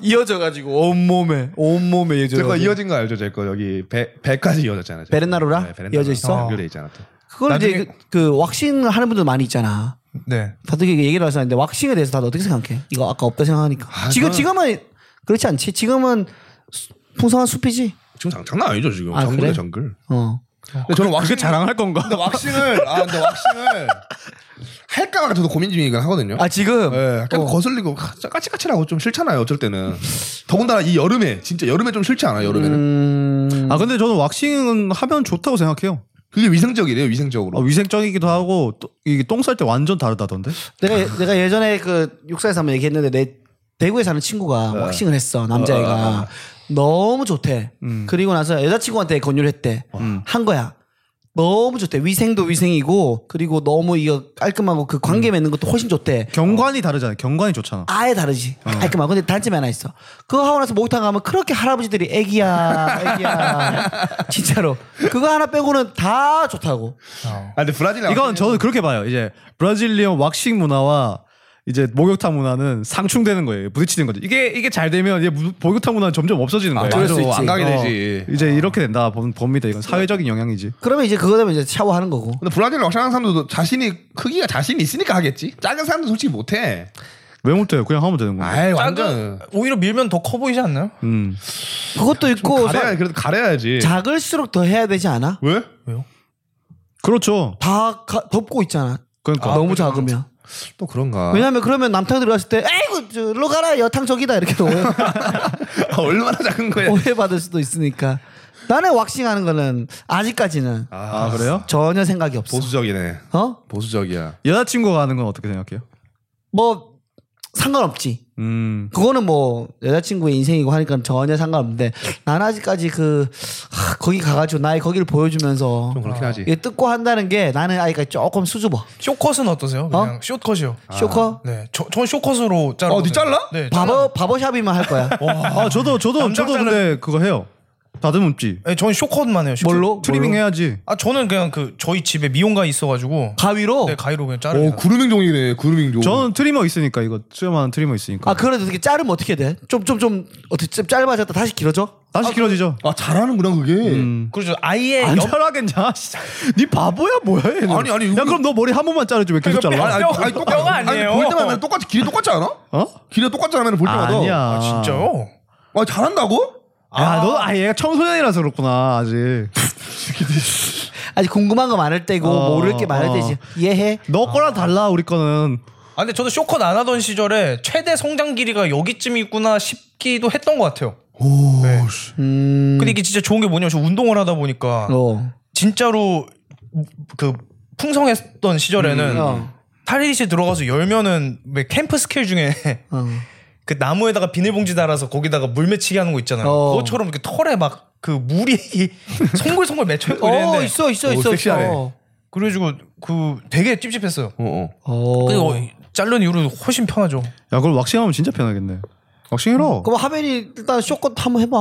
이어져가지고 온몸에 온몸에 이어져.
제거 이어진 거 알죠? 제거 여기 배 배까지 이어졌잖아요. 제거.
베르나루라? 이어져 있어?
연결돼 있잖아. 또.
그걸 이제
나중에-
그, 그 왁싱 하는 분들 많이 있잖아.
네.
다들 이렇게 얘기를 하시는데 왁싱에 대해서 다들 어떻게 생각해? 이거 아까 없다 생각하니까. 지금 지금은 그렇지 않지. 지금은 수- 풍성한 숲이지.
지금 장, 장난 아니죠 지금
아,
정글에
그래?
정글.
어.
근데 저는 왁싱
자랑할 건가?
근데 왁싱을 아 근데 왁싱을 할까 말까 저도 고민 중이긴 하거든요.
아 지금
예, 약간 거슬리고 가- 까칠까칠하고 좀 싫잖아요. 어쩔 때는 더군다나 이 여름에 진짜 여름에 좀 싫지 않아? 요 여름에는
음,
아 근데 저는 왁싱은 하면 좋다고 생각해요.
그게 위생적이래요
아,
위생적으로.
위생적이기도 하고 또, 이게 똥 쌀 때 완전 다르다던데?
내가 내가 예전에 그 육사에서 한번 얘기했는데 내 대구에 사는 친구가 왁싱을 했어 음. 남자애가 너무 좋대. 그리고 나서 여자친구한테 권유를 했대. 음. 한 거야. 너무 좋대. 위생도 위생이고 그리고 너무 이거 깔끔하고 그 관계 맺는 것도 훨씬 좋대.
경관이 다르잖아요. 경관이 좋잖아.
아예 다르지. 깔끔하고. 근데 단점이 하나 있어. 그거 하고 나서 목욕탕 가면 그렇게 할아버지들이 애기야, 애기야. 진짜로. 그거 하나 빼고는 다 좋다고.
아 근데 브라질
이건 저는 그렇게 봐요. 이제 브라질리언 왁싱 문화와 이제 목욕탕 문화는 상충되는 거예요. 부딪히는 거죠. 이게 이게 잘 되면 이제 무- 목욕탕 문화는 점점 없어지는 거예요.
아, 그럴 수 있지.
안 가게
어,
되지.
이제 이렇게 된다 봅- 봅니다. 이건 사회적인 영향이지.
그러면 이제 그거 되면 이제 샤워하는 거고.
근데 브라질 왁싱 하는 사람들도 자신이 크기가 자신이 있으니까 하겠지. 작은 사람도 솔직히 못해.
왜 못해요? 그냥 하면 되는 거예요.
아이
작은
완전
오히려 밀면 더 커 보이지 않나요?
음.
그것도
어,
있고.
가려야 그래도 가려야지.
작을수록 더 해야 되지 않아?
왜?
그렇죠.
다 가- 덮고 있잖아.
그러니까
너무 작으면.
또 그런가?
왜냐면 그러면 남탕 들어갔을 때, 에이구, 저로 가라, 여탕 저기다. 이렇게 오해,
아, 얼마나 작은 거야?
어,
오해받을 수도 있으니까. 나는 왁싱하는 거는 아직까지는
아 그래요?
전혀 생각이 없어.
보수적이네.
어?
보수적이야.
여자친구가 하는 건 어떻게 생각해요?
뭐, 상관없지.
음.
그거는 뭐 여자친구의 인생이고 하니까 전혀 상관없는데 난 아직까지 그 하, 거기 가가지고 나의 거기를 보여주면서
좀 그렇긴 하지.
이게 뜯고 한다는 게 나는 아직까지 조금 수줍어
쇼컷은 어떠세요? 그냥 쇼컷이요.
쇼커
네, 저, 전 쇼컷으로 잘라.
어, 니 잘라?
네, 잘라요.
바버 바버샵이만 할 거야
아 저도 저도 저도 근데 그거 해요. 다듬음지.
네, 전 쇼컷만 해요. 쇼컷.
뭘로?
트리밍 해야지.
아, 저는 그냥 그 저희 집에 미용가 있어가지고
가위로
네 가위로 그냥
어,
자르.
오 구르밍 어, 종이네. 구르밍 종.
저는 트리머 있으니까 이거 수염하는 트리머 있으니까.
아 그런데 어떻게 자르면 어떻게 돼? 좀 좀 좀 어떻게 좀 짧아졌다 다시 길어져?
다시 길어지죠.
아 잘하는구나 그게.
음,
그렇죠. 아예
안
옆
잘하겠냐? 진짜. 네 바보야 뭐야 얘는.
아니, 아니,
야
이거-
그럼 너 머리 한 번만 자르지 왜 계속
그러니까
잘라?
뼈- 뼈- 뼈가 아니에요.
볼 때마다 맨날 똑같이 길이 똑같지 않아?
어?
길이 똑같지 않으면 볼 때마다.
아니야.
아, 진짜요?
아 잘한다고?
야, 너, 아, 얘가 청소년이라서 그렇구나, 아직.
아직 궁금한 거 많을 때고
어,
모를 게 많을
어.
때지 이해해?
너 거랑 달라, 우리 거는.
아 근데 저도 쇼컷 안 하던 시절에 최대 성장 길이가 여기쯤 있구나 싶기도 했던 것 같아요.
음.
오.
네.
씨.
근데 이게 진짜 좋은 게 뭐냐면 저 운동을 하다 보니까
어.
진짜로 그 풍성했던 시절에는
어.
탈의실 들어가서 열면은 왜 캠프 스케일 중에
어.
그 나무에다가 비닐봉지 달아서 거기다가 물 맺히게 하는 거 있잖아요.
어.
그것처럼 이렇게 털에 막 그 물이 송글송글 맺혀 있고
어
이랬는데
있어 있어
오,
있어
섹시하네.
있어.
그래가지고 그 되게 찝찝했어요.
어, 어.
어.
그리고 자른 이후로 훨씬 편하죠.
야, 그럼 왁싱하면 진짜 편하겠네. 왁싱해라.
어. 음, 그럼 하면이 일단 쇼컷 한번 해봐.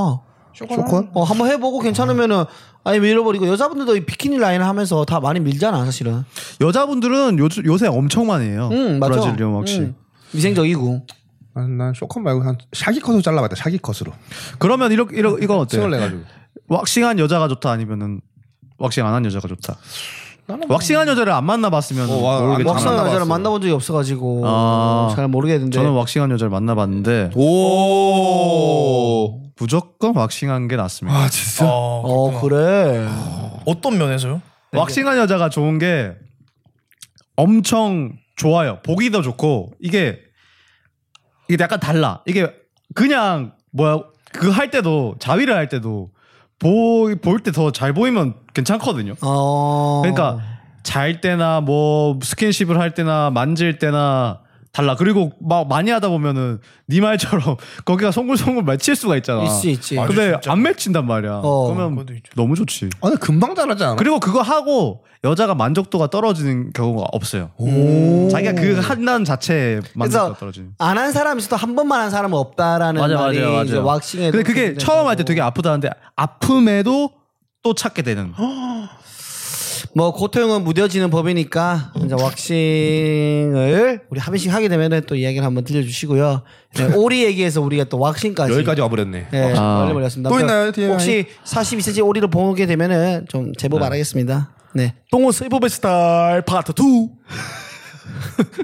쇼컷?
어, 한번 해보고 괜찮으면은 아니 밀어버리고 여자분들도 이 비키니 라인 하면서 다 많이 밀잖아 사실은. 어.
여자분들은 요, 요새 엄청 많이 해요.
응 음, 맞아.
브라질리언 왁싱.
응. 위생적이고.
난, 난 쇼컷 말고 한 샤기 컷으로 잘라봤다. 샤기 컷으로.
네. 그러면 이렇게, 이렇게, 이건 어때?
층을 내가지고.
왁싱한 여자가 좋다, 아니면은 왁싱 안 한 여자가 좋다? 왁싱한 여자를 안 만나봤으면
어, 와-
모르겠지만.
안
왁싱 여자를
만나봤어.
만나본 적이 없어가지고
아.
잘 모르겠는데.
뭐-
저는 왁싱한 여자를 만나봤는데.
오.
무조건 왁싱한 게 낫습니다.
아 진짜.
어 그래.
어떤 면에서요?
네, 왁싱한 여자가 좋은 게 엄청 좋아요. 보기 더 좋고 이게 이게 약간 달라. 이게 그냥 뭐야 그 할 때도 자위를 할 때도 볼볼 때 더 잘 보이면 괜찮거든요.
어.
그러니까 잘 때나 뭐 스킨십을 할 때나 만질 때나 달라. 그리고 막 많이 하다 보면은 네 말처럼 거기가 송글송글 맺힐 수가 있잖아.
있지 있지.
아,
근데
진짜.
안 맺힌단 말이야.
어.
그러면
그것도 있죠.
너무 좋지.
아 근데 금방 자라지 않아?
그리고 그거 하고 여자가 만족도가 떨어지는 경우가 없어요.
오.
자기가 그 한단 자체에
그래서
만족도가 떨어지는.
안 한 사람 있어도 한 번만 한 사람은 없다라는
맞아,
말이
맞아, 맞아.
이제 왁싱에.
근데 그게 처음 할 때 되게 아프다는데 아픔에도 또 찾게 되는.
뭐 고통은 무뎌지는 법이니까 이제 왁싱을 우리 하빈 씨 하게 되면은 또 이야기를 한번 들려주시고요. 네, 오리 얘기에서 우리가 또 왁싱까지.
여기까지 와버렸네.
네,
아.
빨리 버렸습니다.
또 있나요, TMI?
혹시 42cm 오리를 보게 되면은 좀 제보 바라겠습니다. 네. 똥은 슬퍼의 스타일 파트 2.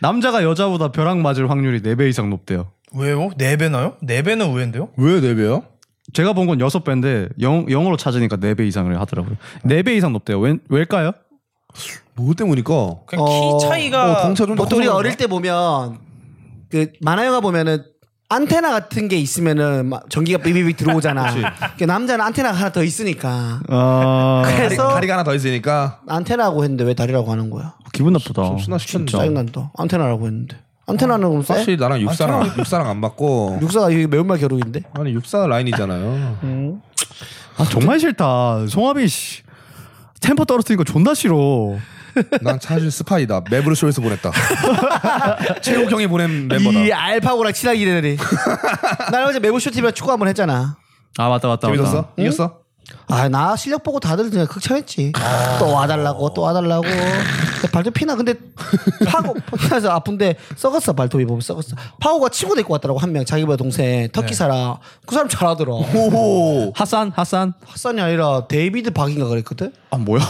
남자가 여자보다 벼락 맞을 확률이 4배 이상 높대요.
왜요? 네 배나요? 네 배는 의외인데요?
왜 네배요?
제가 본 건 6배인데 영, 영어로 찾으니까 4배 이상을 하더라고요. 4배 이상 높대요. 왜, 왜일까요?
뭐 때문이니까.
그냥
어,
키 차이가
어, 동차 좀
보통 우리
커서
어릴 때 보면 그 만화 영화 보면은 안테나 같은 게 있으면은 막 전기가 삐비비 들어오잖아. 그 남자는 안테나가 하나 더 있으니까.
아,
다리,
그래서
다리가 하나 더 있으니까
안테나라고 했는데 왜 다리라고 하는 거야?
기분 나쁘다.
순화 시켰는데.
짜증난다. 안테나라고 했는데. 안테나는 그럼 쎄?
사실 나랑 육사랑 육사랑 안 맞고
육사가 이게 매운맛 겨루기인데?
아니 육사 라인이잖아요.
아, 정말 싫다. 송하빈 씨. 템퍼 떨어뜨린 거 존나 싫어.
난 사실 스파이다. 맵으로 쇼에서 보냈다. 최욱 형이 보낸 멤버다.
이 알파고랑 친하게 지내느니. 나 어제 매부쇼 TV랑 축구 한번 했잖아.
아, 맞다, 맞다. 맞다.
재밌었어? 이겼어?
아, 나 실력 보고 다들 그냥 극찬했지. 또 와달라고, 또 와달라고. 근데 발톱 피나? 근데 파고, 피나서 아픈데 썩었어, 발톱이 보면 썩었어. 파고가 친구 데리고 왔더라고, 한 명. 자기보다 동생, 터키 살아. 그 사람 잘하더라.
네. 오호.
하산, 하산.
핫산이 아니라 데이비드 박인가 그랬거든?
아, 뭐야.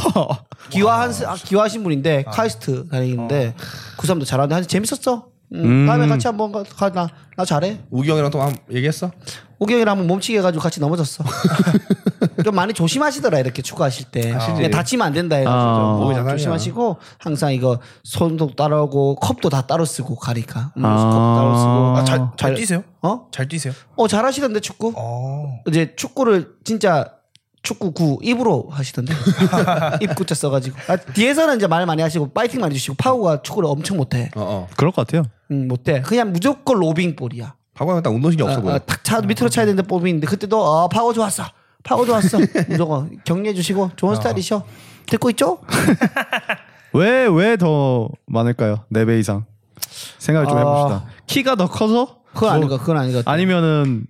기화한, 스- 아, 기화하신 분인데, 카이스트 다니는데,
어.
그 사람도 잘하는데, 한 재밌었어. 음, 다음에 같이 한번 가, 가- 나, 나 잘해.
우기 형이랑 또 한번 얘기했어?
우경이랑 한번 몸치게 해가지고 같이 넘어졌어. 좀 많이 조심하시더라 이렇게 축구하실 때.
아, 예.
그냥 다치면 안 된다 해가지고
아,
좀
몸이
어,
장난이야.
조심하시고 항상 이거 손도 따라오고 컵도 다 따로 쓰고 가리까. 음,
아.
컵 따로 쓰고.
아, 잘, 잘
잘-
뛰세요?
어?
잘 뛰세요?
어 잘하시던데 축구.
어.
이제 축구를 진짜 축구구 입으로 하시던데 입구자 써가지고 아, 뒤에서는 이제 말 많이 하시고 파이팅 많이 주시고 파우가 축구를 엄청 못해
어 어.
그럴 것 같아요.
음, 못해 그냥 무조건 로빙볼이야
박광현 딱 운동신경
아,
없어
아,
보여.
탁 차, 밑으로 차야 되는데 뽑이 있는데 그때도 어, 파워 좋았어. 파워 좋았어. 무조건 격려해 주시고
어.
좋은 스타일이셔. 듣고 있죠?
왜, 왜 더 많을까요? 4배 이상. 생각을 좀
아.
해봅시다. 키가 더 커서?
그건 아닌 것, 그건 아닌 것. 같아.
아니면은,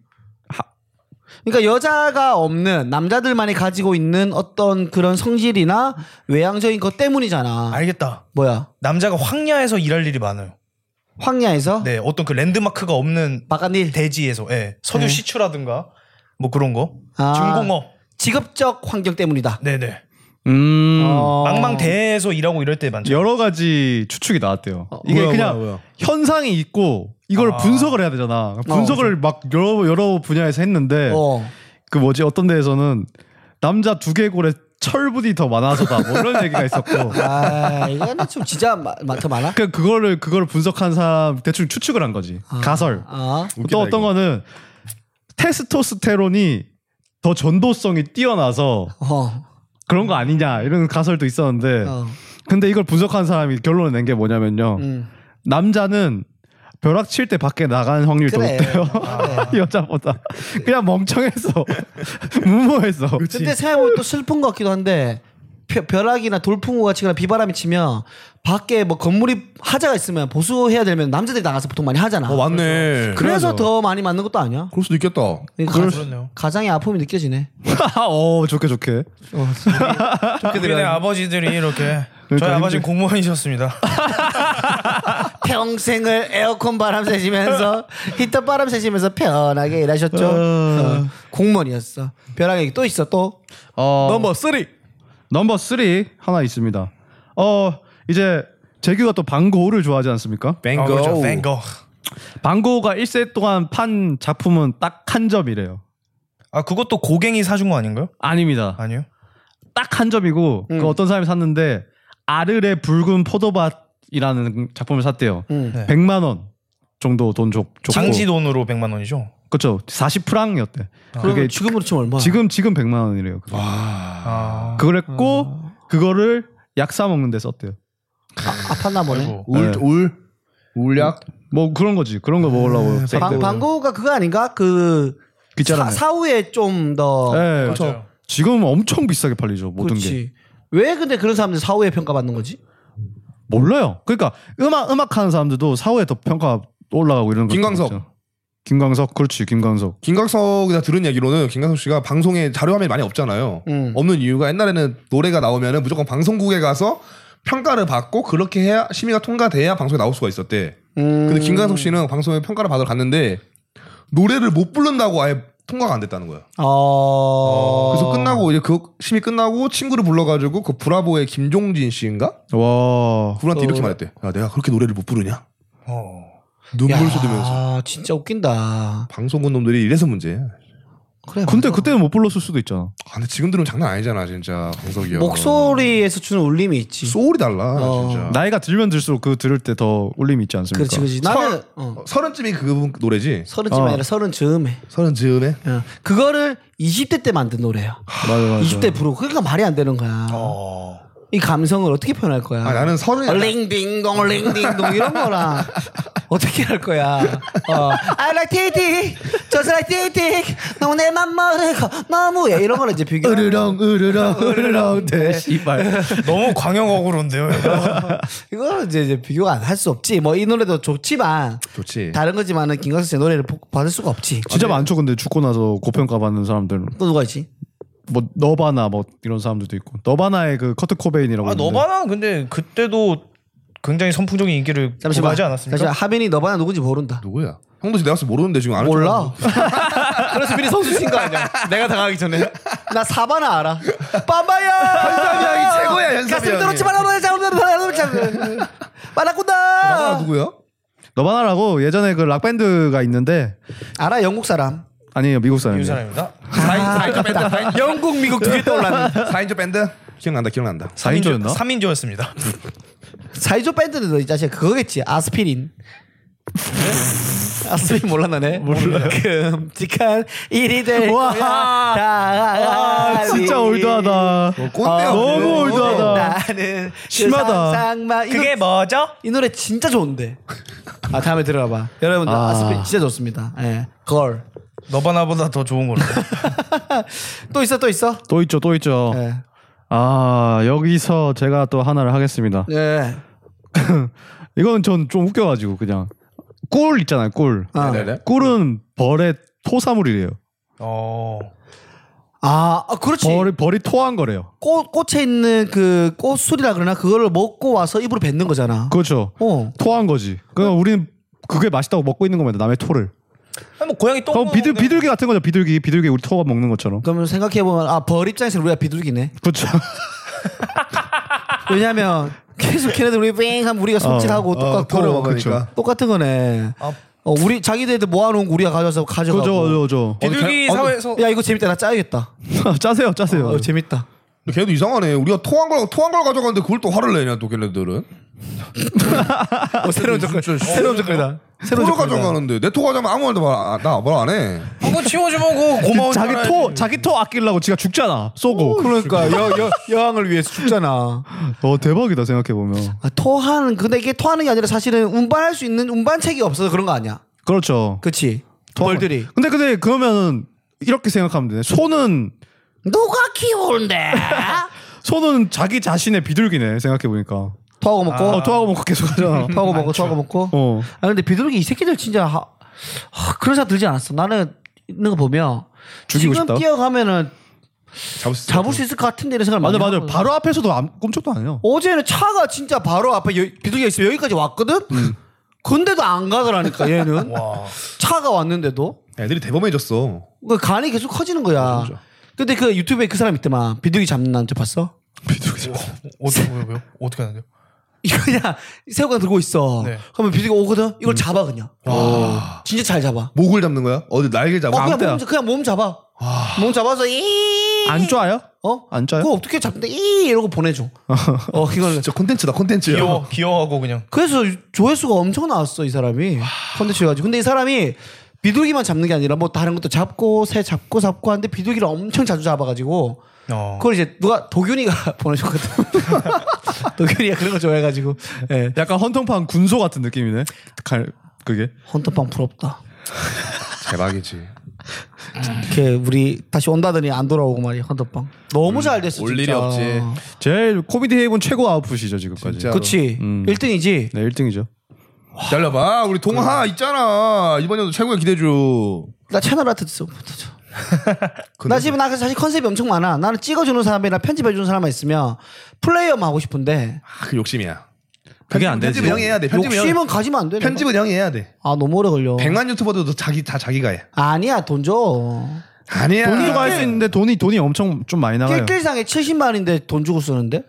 그러니까 여자가 없는 남자들만이 가지고 있는 어떤 그런 성질이나 외향적인 것 때문이잖아.
알겠다.
뭐야?
남자가 황야에서 일할 일이 많아요.
황야에서
네, 어떤 그 랜드마크가 없는
바깥일
대지에서, 예, 석유
네.
시추라든가 뭐 그런 거,
아.
중공업,
직업적 환경 때문이다.
네네,
음,
어.
망망대해에서 일하고 이럴 때 많죠.
여러 가지 추측이 나왔대요. 이게
뭐야,
그냥
뭐야, 뭐야.
현상이 있고 이걸
아.
분석을 해야 되잖아. 분석을 막 여러 여러 분야에서 했는데
어.
그 뭐지 어떤 데에서는 남자 두개골에 철분이 더 많아서다 뭐 이런 얘기가 있었고
아, 이거는 좀 진짜 마, 마, 더 많아?
그 그거를 그걸 분석한 사람 대충 추측을 한 거지 가설.
아,
웃기다,
또 어떤
이거.
거는 테스토스테론이 더 전도성이 뛰어나서
어,
그런 거 아니냐 이런 가설도
네.
있었는데
어,
근데 이걸 분석한 사람이 결론을 낸 게 뭐냐면요.
음.
남자는 벼락 칠 때 밖에 나가는 확률이 더
그래.
높대요. 여자보다. 그냥 멍청해서 무모해서.
근데 생각해보면 또 슬픈 것 같기도 한데 벼- 벼락이나 돌풍우가 치거나 비바람이 치면 밖에 뭐 건물이 하자가 있으면 보수해야 되면 남자들이 나가서 보통 많이 하잖아.
어 맞네.
그래서 더 많이 맞는 것도 아니야.
그럴 수도 있겠다.
그러니까 가-
그렇네요.
가장의 아픔이 느껴지네.
어, 좋게 좋게.
우리네 아버지들이 이렇게 저희
그러니까
아버지 는
힘들-
공무원이셨습니다.
평생을 에어컨 바람 쐬시면서 히터 바람 쐬시면서 편하게 일하셨죠. 어, 공무원이었어. 벼락 얘기 또 있어 또.
어,
넘버 3
넘버 3 하나 있습니다. 어, 이제 재규가 또 방고를 좋아하지 않습니까?
뱅거.
아, 그렇죠. 뱅거.
방고가 1세 동안 판 작품은 딱 한 점이래요.
아 그것도 고갱이 사준 거 아닌가요?
아닙니다.
아니요.
딱 한 점이고
음.
그 어떤 사람이 샀는데 아르의 붉은 포도밭이라는 작품을 샀대요.
음.
네.
100만 원 정도 돈 줬- 줬고
장시 돈으로 100만 원이죠.
그렇죠. 40프랑이었대.
그게
아, 그게
지금으로 치면 얼마?
지금 지금 100만 원이래요. 그거.
아,
그걸 했고 그거를 약 사 먹는 데 썼대요.
아, 아팠나 보네.
아이고.
울,
네.
울, 울약.
뭐 그런 거지. 그런 거 먹으려고. 썼대요.
방, 방고가 그거 아닌가? 그 사,
귀찮아요.
사후에 좀 더.
예,
맞아요.
그렇죠. 지금 엄청 비싸게 팔리죠. 모든 게.
어, 그렇지. 왜 근데 그런 사람들 이 사후에 평가받는 거지?
몰라요. 그러니까 음악 음악 하는 사람들도 사후에 더 평가 올라가고 이런 거.
김광석.
김광석 그렇지. 김광석.
김광석이 나 들은 얘기로는 김광석 씨가 방송에 자료 화면이 많이 없잖아요.
음.
없는 이유가 옛날에는 노래가 나오면은 무조건 방송국에 가서 평가를 받고 그렇게 해야 심의가 통과돼야 방송에 나올 수가 있었대.
음.
근데 김광석 씨는 방송에 평가를 받으러 갔는데 노래를 못 부른다고 아예 통과가 안 됐다는 거예요.
어.
아. 그래서 끝나고 이제 그 심의 끝나고 친구를 불러가지고 그 브라보의 김종진 씨인가
와.
그분한테 이렇게
어.
말했대. 야 내가 그렇게 노래를 못 부르냐?
어.
눈물
야,
쏟으면서.
진짜 웃긴다.
방송국 놈들이 이래서 문제야.
그래.
근데
맞아.
그때는 못 불렀을 수도 있잖아.
아, 근데 지금 들으면 장난 아니잖아 진짜 강석이 형.
목소리에서 주는 울림이 있지.
소울이 달라
어.
진짜.
나이가 들면 들수록 그 들을 때 더 울림이 있지 않습니까?
그렇지, 그렇지. 나는 어.
어, 서른쯤이 그 노래지.
서른쯤이
어.
아니라 서른 즈음에.
서른 즈음에.
어. 그거를 20대 때 만든 노래야.
맞아 맞아.
20대 부르고 그러니까 말이 안 되는 거야. 이 감성을 어떻게 표현할 거야?
어. 아 나는 서른.
네. 링딩동 링딩동 이런 거랑 어떻게 할 거야? 어, I like TT, just like TT, 너무 내맘 모르고 너무 야, 이런 거를 이제 비교.
으르렁 으르렁 으르렁 대시발.
너무 광영어그로인데요.
이거 이제, 이제 비교가 안 할 수 없지. 뭐 이 노래도 좋지만
좋지.
다른 거지만은 김광석 씨의 노래를 보- 받을 수가 없지.
진짜 많죠. 근데 죽고 나서 고평가 받는 사람들.
또 누가 있지?
뭐 너바나 뭐 이런 사람들도 있고. 너바나의 그 커트 코베인이라고.
아
있는데.
너바나는 근데 그때도 굉장히 선풍적인 인기를
잠시만.
구하지 않았습니까?
잠시만. 하빈이 너바나 누군지 모른다.
누구야? 형도 내가 봤을 때 모르는데 지금 아는 척
몰라. 그래서 미리 선수 친거 아니야? 내가 당하기 전에. 나 사바나 알아. 빰바야. 현삼이
형이 최고야, 현삼이
가슴
형이.
떨어지 말아라. 잘못하면
하고. 아,
말았구나.
누구야?
너바나라고 예전에 그 락밴드가 있는데
알아 영국 사람.
아니에요 미국
이
사람이에요.
사람입니다.
영국 미국 두 개 떠올랐네.
4인조 밴드? 기억난다 기억난다.
4인조였나?
3인조였습니다.
사이조 밴드도 이 자식 그거겠지. 아스피린.
네?
아스피린 몰랐나네. 몰라. 끔찍한 일이 될
와.
거야. 다
아, 진짜
알기.
올드하다.
꼰대야.
아, 너무 올드하다.
나는
심하다.
그 상상만 이거
그게 뭐죠?
이 노래 진짜 좋은데. 아 다음에 들어봐. 여러분들
아.
아. 스피린 진짜 좋습니다. 예. 걸.
너바나보다 더 좋은 걸로.
또 있어 또 있어.
또 있죠, 또 있죠.
예.
아 여기서 제가 또 하나를 하겠습니다.
예.
이건 전 좀 웃겨가지고 그냥 꿀 있잖아요, 꿀.
아.
네네.
꿀은 벌의 토사물이래요.
어.
아, 아, 그렇지.
벌이 벌이 토한 거래요.
꽃 꽃에 있는 그 꽃술이라 그러나 그거를 먹고 와서 입으로 뱉는 거잖아.
그렇죠.
어.
토한 거지. 그러니까 우리는 그게 맛있다고 먹고 있는 겁니다. 남의 토를.
아니, 뭐 고양이 똥.
그럼 어, 비둘
먹는데-
비둘기 같은 거죠. 비둘기 비둘기 우리 토가 먹는 것처럼.
그러면 생각해 보면 아벌 입장에서 우리가 비둘기네.
그렇죠.
왜냐면 계속 걔네들 우리 뺑 하면 우리가 손질하고
어,
똑같고
털을 먹으니까.
똑같은 거네.
아.
어, 우리 자기들한테 모아놓은 거 우리가 가져서 가져가고.
그죠, 그죠. 네,
비둘기
어느-
사회에서
야 이거 재밌다. 나 짜야겠다.
짜세요, 짜세요.
어, 재밌다.
근데 걔도 이상하네. 우리가 토한 걸 토한 걸 가져갔는데 그걸 또 화를 내냐 또 걔네들은.
어, 새로운 접근. 새로운 접근이다. 새로운
어, 토를
접근이다.
가져가는데 내 토 가져가면 아무 말도 말나말안 해.
그거 치워주면 그거 고마워.
자기 토 자기 토 아끼려고 지가 죽잖아. 쏘고.
그러니까 여, 항을 위해서 죽잖아. 아,
어 대박이다 생각해 보면.
토하는 근데 이게 토하는 게 아니라 사실은 운반할 수 있는 운반책이 없어서 그런 거 아니야.
그렇죠.
그렇지.
토하면-
벌들이
근데 근데 그러면은 이렇게 생각하면 되네. 소는
누가 키우는데?
소는 자기 자신의 비둘기네 생각해 보니까.
토하고 먹고
어 토하고 먹고 계속 하잖아.
토하고 먹고 토하고 먹고.
음, 어.
아 근데 비둘기 이 새끼들 진짜 하, 하, 그런 생각 들지 않았어. 나는 있는 거 보면
죽이고
지금
싶다.
뛰어가면은
잡을 수 있어.
잡을 수 있을 것 같은데 이런 생각
맞아
많이
맞아.
하거든.
바로 앞에서도 암- 꼼짝도 안 해요.
어제는 차가 진짜 바로 앞에 여- 비둘기가 있으면 여기까지 왔거든.
음.
근데도 안 가더라니까 얘는
와.
차가 왔는데도
애들이 대범해졌어.
그 간이 계속 커지는 거야. 근데 그 유튜브에 그 사람 있더만 비둘기 잡는 남자 봤어?
어떻게 뭐요? 어떻게 하는데요?
이거 그냥 새우가 들고 있어.
네.
그러면 비둘기가 오거든.
음.
이걸 잡아 그냥.
와.
진짜 잘 잡아.
목을 잡는 거야? 어디 날개 잡아?
어, 그냥
아무데나.
몸, 그냥 몸 잡아. 몸 잡아서 이
안 좋아요?
어?
안 짜요?
그거 어떻게 잡는데 이 이러고 보내줘. 어, 그걸
진짜 콘텐츠다 콘텐츠.
귀여워 귀여워하고 그냥
그래서 조회수가 엄청 나왔어 이 사람이 컨텐츠 가지고 근데 이 사람이 비둘기만 잡는 게 아니라 뭐 다른 것도 잡고 새 잡고 잡고 하는데 비둘기를 엄청 자주 잡아가지고
어.
그걸 이제 누가 도균이가 보내줬거든 도균이가 그런 거 좋아해가지고 예
약간 헌팅판 군소 같은 느낌이네. 갈 그게
헌터빵 부럽다
대박이지.
이렇게 우리 다시 온다더니 안 돌아오고 말이야 헌터빵
음,
너무 잘 됐어
올 일이
진짜.
없지.
제일 코미디 헤이븐 최고 아웃풋이죠 지금까지.
진짜.
그치
음.
1등이지
네 1등이죠.
잘려봐. 우리 동하 있잖아. 이번 연도 최고의 기대주.
나 채널 아트도 붙어줘. 나 지금 나 그래서 사실 컨셉이 엄청 많아. 나는 찍어주는 사람이나 편집해주는 사람만 있으면 플레이어만 하고 싶은데
아, 그 욕심이야.
그게 안 되지.
편집은 형이 해야 돼. 편집은 형이-
욕심은 가지면 안 돼. 내가.
편집은 형이 해야 어. 돼.
아 너무 오래 걸려.
백만 유튜버들도 자기 다 자기가 해.
아니야 돈 줘.
아니야.
돈으로 할수 있는데 돈이 돈이 엄청 좀 많이 나가요.
낄낄상에 70만인데 돈 주고 쓰는데?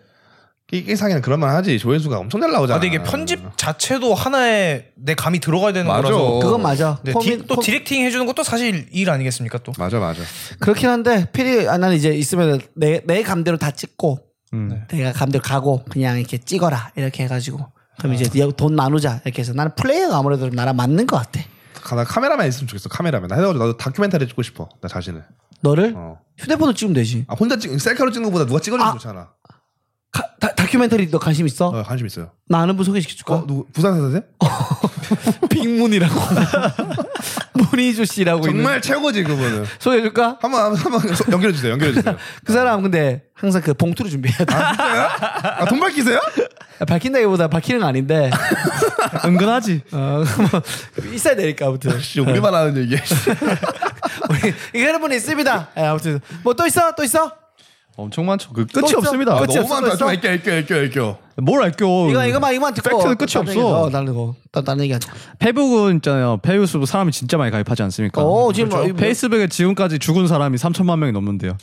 이상이는 그런 말 하지. 조회수가 엄청 잘
아,
나오잖아.
근데 이게 편집 자체도 하나의 내 감이 들어가야 되는
맞아.
거라서
그건 맞아.
네,
포민-
디- 또
포-
디렉팅 해주는 것도 사실 일 아니겠습니까 또
맞아 맞아.
그렇긴 한데 필이 아, 나는 이제 있으면 내, 내 감대로 다 찍고 네.
음.
내가 감대로 가고 그냥 이렇게 찍어라 이렇게 해가지고 그럼 이제 여- 돈 나누자 이렇게 해서 나는 플레이어가 아무래도 나랑 맞는 것 같아.
가- 나 카메라만 있으면 좋겠어. 카메라맨. 나 해가지고 나도 다큐멘터리 찍고 싶어. 나 자신을.
너를
어.
휴대폰으로 찍으면 되지.
아 혼자 찍 셀카로 찍는 것보다 누가 찍어주면
아.
좋잖아.
가- 다, 다큐멘터리 너 관심 있어?
어, 관심 있어요.
나 아는 분 소개시켜줄까?
어, 누구 부산 사세요?
빅문이라고 문희주 씨라고 있는
정말 최고지 그분은.
소개해줄까?
한번 한번 연결해 주세요. 연결해 주세요.
그 사람 근데 항상 그 봉투를 준비해야 돼
아, 돈 밝히세요?
밝힌다기보다 밝히는 건 아닌데
은근하지.
어, 뭐 있어야 되니까 아무튼
씨, 우리만 아는 얘기.
우리 이런 분이 있습니다 예, 아무튼 뭐 또 있어? 또 있어?
엄청 많죠. 그
또
끝이
있어?
없습니다.
끝이 없어,
아, 너무
네,
많다. 좀
벌써?
애껴 애껴 애껴 애껴.
뭘 알껴?
이거 이거만 이거만 듣고
음. 팩트는 끝이
다른
없어.
얘기, 어, 다른 거 다- 다른 얘기하자
페북은 있잖아요. 페이스북 사람이 진짜 많이 가입하지 않습니까? 그렇죠?
오, 지금 뭐- 이거
페이스북에 지금까지 죽은 사람이 3천만 명이 넘는데요.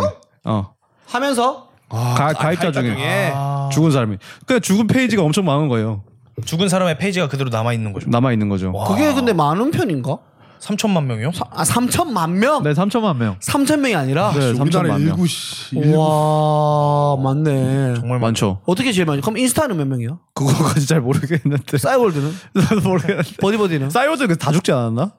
가입자 중에. 어.
하면서
가, 입자 중에 죽은 사람이. 그러니까 죽은 페이지가 엄청 많은 거예요.
죽은 사람의 페이지가 그대로 남아 있는 거죠
남아 있는 거죠.
그게 근데 많은 편인가?
3천만 명이요?
사- 아 3천만 명?
네, 3천만 명.
3천 명이 아니라?
네, 3천만 명.
일구 씨.
와 맞네
정말 많
많죠.
어떻게 제일 많이 그럼 인스타는 몇 명이야?
그거까지 잘 모르겠는데.
싸이월드는?
나도 모르겠는데.
버디버디는?
싸이월드 그다 죽지 않았나?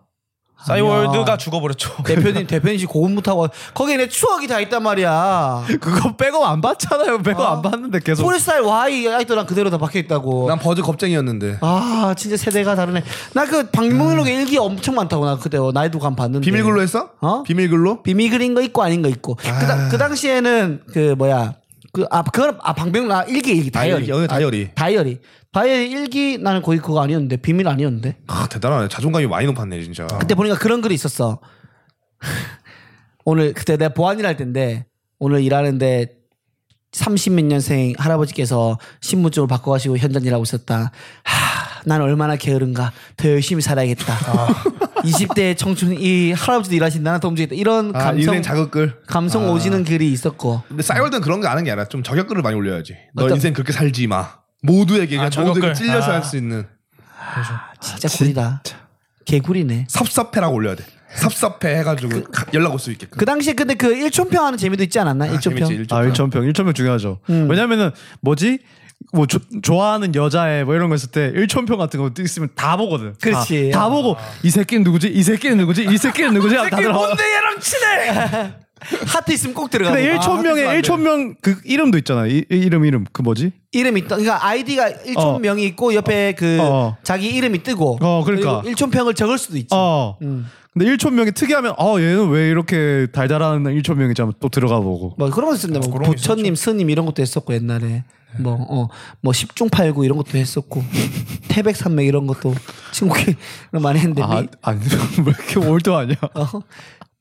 싸이월드가 죽어버렸죠
대표님 대표님이 고군분투하고 거기에 내 추억이 다 있단 말이야.
그거 백업 안 봤잖아요. 백업
아.
안 봤는데 계속.
포레스타일 Y 아이돌랑 그대로 다 박혀 있다고.
난 버즈 겁쟁이였는데.
아 진짜 세대가 다르네. 나 그 방문록에 일기 엄청 많다고 나 그때 나이도 간 봤는데.
비밀글로 했어?
네. 어?
비밀글로?
비밀글인 거 있고 아닌 거 있고. 그, 당- 그 당시에는 그 뭐야 그아 그건 아 방명 나 일기 일기 다이어리
아, 다이어리, 다이어리.
다이어리 다이어리 일기 나는 거의 그거 아니었는데 비밀 아니었는데.
아, 대단하네. 자존감이 많이 높았네 진짜.
그때 보니까 그런 글이 있었어. 오늘 그때 내가 보안일 할 텐데 오늘 일하는데 30몇 년생 할아버지께서 신분증을 바꿔가시고 현장 일하고 있었다. 하, 난 얼마나 게으른가. 더 열심히 살아야겠다. 20대 청춘 이 할아버지도 일하신 나는 더 움직였다. 이런
아,
감성
인생 자극글. 아.
감성 오지는 글이 있었고
근데 싸이월드는 그런 거 아는 게 아니라 좀 저격글을 많이 올려야지. 너
어떤-
인생 그렇게 살지 마. 모두에게
아,
그냥 모두에게
저격글.
찔려서
아.
할 수 있는 아,
진짜 구리다. 개구리네.
섭섭해라고 올려야 돼. 섭섭해 해가지고 가- 연락 올 수 있게끔.
그 당시에 근데 그 1촌평 하는 재미도 있지 않았나?
아, 재밌지,
1촌평.
일촌평.
아, 1천평. 1천평 중요하죠.
음.
왜냐면은 뭐지? 뭐 조- 좋아하는 여자애 뭐 이런 거 있을 때 1천평 같은 거 있으면 다 보거든.
그렇지. 아.
다, 다 보고 이 새끼는 누구지? 이 새끼는 누구지? 이 새끼는 누구지? 하고 다들 어.
얘랑 친해
하트 있으면 꼭 들어가.
근데 1천명에 1천명 그 이름도 있잖아. 이, 이 이름 이름 그 뭐지?
이름이 있다. 그러니까 아이디가
어.
1촌명이 있고 옆에 그
어.
자기 이름이 뜨고
어, 그러니까.
1촌평을 적을 수도 있지.
어.
음.
근데 1천명이 특이하면 어 얘는 왜 이렇게 달달한 1천명이지? 하면 또 들어가 보고.
뭐 그런 거 있었는데
아,
뭐
그런 거
부처님, 스님 이런 것도 했었고 옛날에 뭐 어, 뭐 십중팔구 이런 것도 했었고 태백산맥 이런 것도 친구끼리 많이 했는데
아,
미-
아니 왜 이렇게 올드하냐?
어?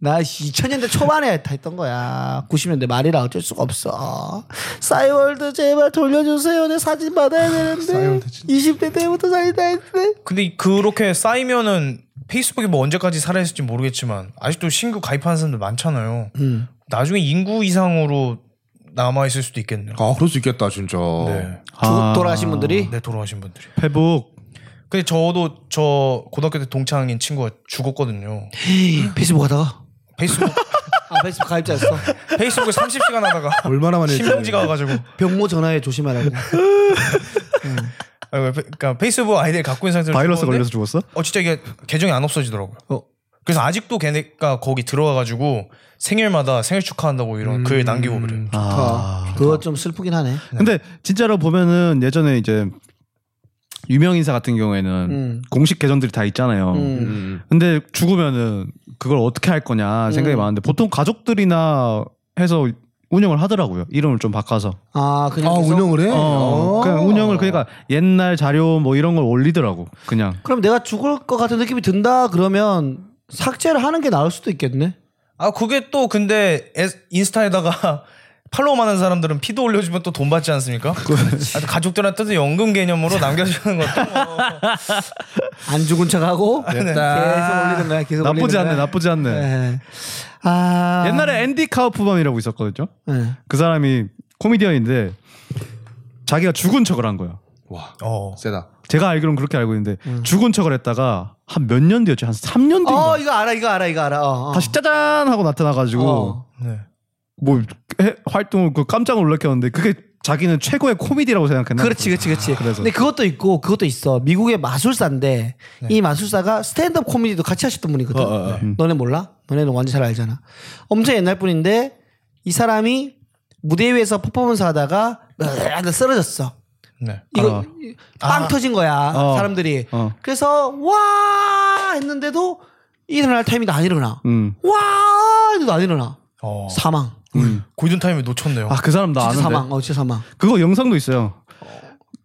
나 2000년대 초반에 다 했던 거야. 90년대 말이라 어쩔 수가 없어. 싸이월드 제발 돌려주세요. 내 사진 받아야 되는데. 20대 때부터 살다 했는데.
근데 그렇게 쌓이면은 페이스북이 뭐 언제까지 살아있을지 모르겠지만 아직도 신규 가입하는 사람들 많잖아요 나중에 인구 이상으로 남아 있을 수도 있겠네요.
아 그럴 수 있겠다 진짜.
네.
아.
돌아가신 분들이
네 돌아가신 분들이.
페북
근데 저도 저 고등학교 때 동창인 친구가 죽었거든요.
페이스북 하다가
페이스북
아 페이스북 가입자였어.
페이스북에 30시간 하다가
얼마나 많이
신명지가 와가지고
병모 전화에 조심하라고.
아, 왜 페- 그러니까 페이스북 아이들 갖고 있는
네,
상태로
바이러스
죽었는데
걸려서 죽었어?
어 진짜 이게 계정이 안 없어지더라고요.
어.
그래서 아직도 걔네가 거기 들어와가지고 생일마다 생일 축하한다고 이런
음.
글 남기고 그래요.
아, 그거 좀 슬프긴 하네.
근데 진짜로 보면은 예전에 이제 유명 인사 같은 경우에는
음.
공식 계정들이 다 있잖아요.
음.
음.
근데 죽으면은 그걸 어떻게 할 거냐 생각이
음.
많은데 보통 가족들이나 해서 운영을 하더라고요. 이름을 좀 바꿔서.
아
아
그냥 계속-
운영을 해?
어,
아.
그냥 운영을 그러니까 옛날 자료 뭐 이런 걸 올리더라고. 그냥.
그럼 내가 죽을 것 같은 느낌이 든다 그러면 삭제를 하는 게 나을 수도 있겠네.
아 그게 또 근데 에- 인스타에다가 팔로우 많은 사람들은 피도 올려주면 또 돈 받지 않습니까? 아, 또 가족들한테도 연금 개념으로 남겨주는 것도 뭐
안 죽은 척하고 계속 올리는 거야. 계속
아, 네. 나쁘지 않네.
올리는 거야.
나쁘지 않네.
예. 아
옛날에 앤디 카우프밤이라고 있었거든요.
예.
그 사람이 코미디언인데 자기가 죽은 척을 한 거예요.
와
어.
세다.
제가 알기로는 그렇게 알고 있는데 죽은 척을 했다가 한 몇 년 뒤였지? 한 3년 뒤인가?
어 이거 음. 알아 이거 알아 이거 알아. 어, 어.
다시 짜잔 하고 나타나 가지고
어.
네.
뭐 해- 활동을 그 깜짝 놀랐겠는데 그게 자기는 최고의 코미디라고 생각했나?
그렇지, 그렇지, 그렇지.
아, 그래서.
근데 그것도 있고 그것도 있어. 미국의 마술사인데
네.
이 마술사가 스탠드업 코미디도 같이 하셨던 분이거든.
어,
음. 너네 몰라? 너네는 완전 잘 알잖아. 엄청 옛날 분인데 이 사람이 무대 위에서 퍼포먼스 하다가 으아, 나 쓰러졌어.
네.
이거
아.
빵 터진 거야
어.
사람들이.
어.
그래서 와 했는데도 일어날 타이밍도 안 일어나.
음.
와 했는데도 안 일어나.
어.
사망.
골든 타임을 놓쳤네요.
아 그 사람 나
진짜
아는데.
사망. 어 진짜 사망.
그거 영상도 있어요.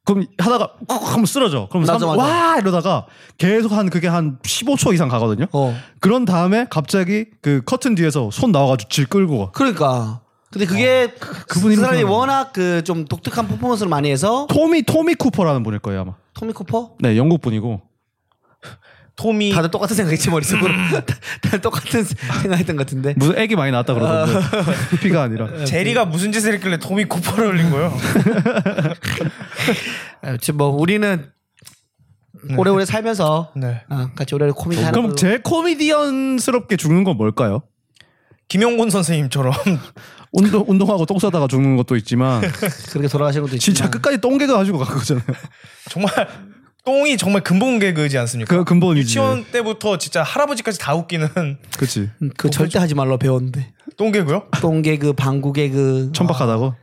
그럼 하다가 꾹 하면 쓰러져. 그럼
맞아,
사람
맞아.
와 이러다가 계속 한 그게 한 15초 이상 가거든요.
어.
그런 다음에 갑자기 그 커튼 뒤에서 손 나와가지고 질 끌고 와.
그러니까. 근데 그게 그
어. 그분이
사람이
생각나네.
워낙 그 좀 독특한 퍼포먼스를 많이 해서
토미 토미 쿠퍼라는 분일 거예요 아마.
토미 쿠퍼
네 영국 분이고.
토미
다들 똑같은 생각했지 머릿속으로
음.
다들 똑같은 생각했던 것 같은데
무슨 애기 많이 낳았다 그러던데 피가 아니라
네.
제리가 무슨 짓을 했길래 토미 쿠퍼를 올린 거예요?
음. 아무튼 뭐 우리는 오래오래 살면서
네.
어, 같이 오래오래 코미디 하는
네. 그럼
걸로.
제 코미디언스럽게 죽는 건 뭘까요?
김용곤 선생님처럼
운동, 운동하고 똥 싸다가 죽는 것도 있지만
그렇게 돌아가시는 것도 있지만
진짜 끝까지 똥개가 가지고 간 거잖아요
정말 똥이 정말 근본 개그지 않습니까?
그 근본이지
유치원 때부터 진짜 할아버지까지 다 웃기는
그치
음, 그거 절대 하지 말라 배웠는데
똥 개그요?
똥개그 방구개그
천박하다고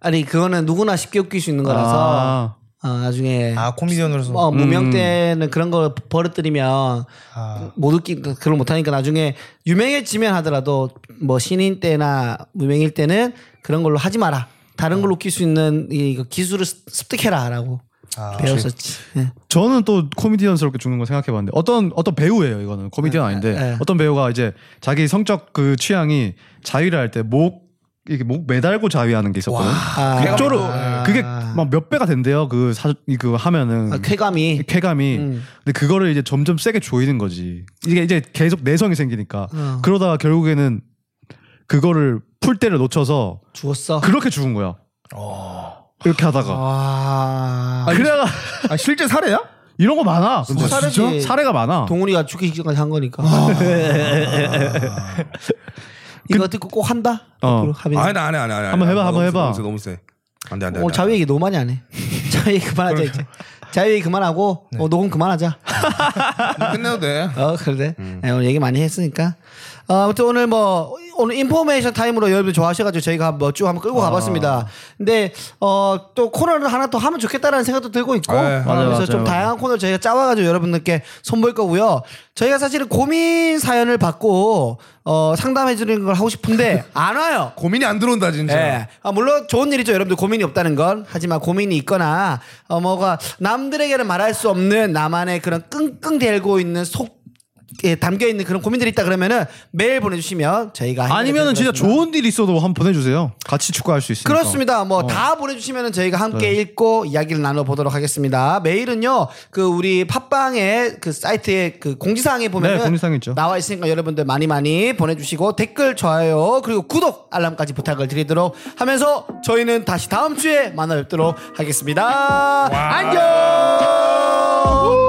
아니 그거는 누구나 쉽게 웃길 수 있는 거라서
아,
어, 나중에
아 코미디언으로서
어, 무명 때는 그런 걸 버릇들이면
아,
못 웃기 그걸 못 하니까 나중에 유명해지면 하더라도 뭐 신인 때나 무명일 때는 그런 걸로 하지 마라. 다른 걸로 웃길 수 있는 이 기술을 습- 습득해라라고
아,
배웠었지. 예.
저는 또 코미디언스럽게 죽는 거 생각해봤는데 어떤 어떤 배우예요 이거는
네,
코미디언 아닌데
에, 에.
어떤 배우가 이제 자기 성적 그 취향이 자위를 할 때 목 이렇게 목 매달고 자위하는 게 있었거든.
아.
그게 쪼르
아.
그게 막 몇 배가 된대요 그 사 이거 하면은
아, 쾌감이
쾌감이
음.
근데 그거를 이제 점점 세게 조이는 거지 이게 이제 계속 내성이 생기니까
어.
그러다가 결국에는 그거를 풀 때를 놓쳐서
죽었어. 아.
그렇게 죽은 거야 이렇게 하다가
와.
그래가
아 실제 사례야?
이런 거 많아 근데.
사례지.
진짜? 사례가 많아
동훈이가 죽기 전까지 한 거니까. 이거 듣고 꼭 한다.
어.
앞으로 하빈이.
아니 나안해 안해 안해.
한번 해봐, 한번 해봐.
너무 세. 안돼 안돼.
오늘 어, 자유 얘기 너무 많이 안 해. 자유 얘기 그만하자 이제. 자유 얘기 그만하고
네.
어, 녹음 그만하자.
끝내도 돼.
어 그래
음.
네, 오늘 얘기 많이 했으니까 어, 아무튼 오늘 뭐 오늘 인포메이션 타임으로 여러분 좋아하셔가지고 저희가 뭐쭉 한번
아.
끌고 가봤습니다 근데 어 또 코너를 하나 더 하면 좋겠다라는 생각도 들고 있고
네,
어,
맞아요,
그래서
맞아요,
좀
맞아요.
다양한 코너를 저희가 짜와가지고 여러분들께 선보일 거고요 저희가 사실은 고민 사연을 받고 어 상담해 주는 걸 하고 싶은데 안 와요
고민이 안 들어온다 진짜.
예. 아, 물론 좋은 일이죠. 여러분들 고민이 없다는 건. 하지만 고민이 있거나 어, 뭐가 남들에게는 말할 수 없는 나만의 그런 끙끙 대고 있는 속 예, 담겨 있는 그런 고민들이 있다 그러면은 메일 보내주시면 저희가 해결해
아니면은 진짜
드리겠습니다.
좋은 일 있어도 한번 보내주세요. 같이 축구할 수 있으니까. 어. 네.
그렇습니다. 뭐 다 보내주시면은 저희가 함께 읽고 이야기를 나눠보도록 하겠습니다. 메일은요, 그 우리 팟빵의 그 사이트에 그 공지사항에 보면은
네, 공지사항 있죠.
나와 있으니까 여러분들 많이 많이 보내주시고 댓글 좋아요 그리고 구독 알람까지 부탁을 드리도록 하면서 저희는 다시 다음 주에 만나 뵙도록 하겠습니다. 안녕.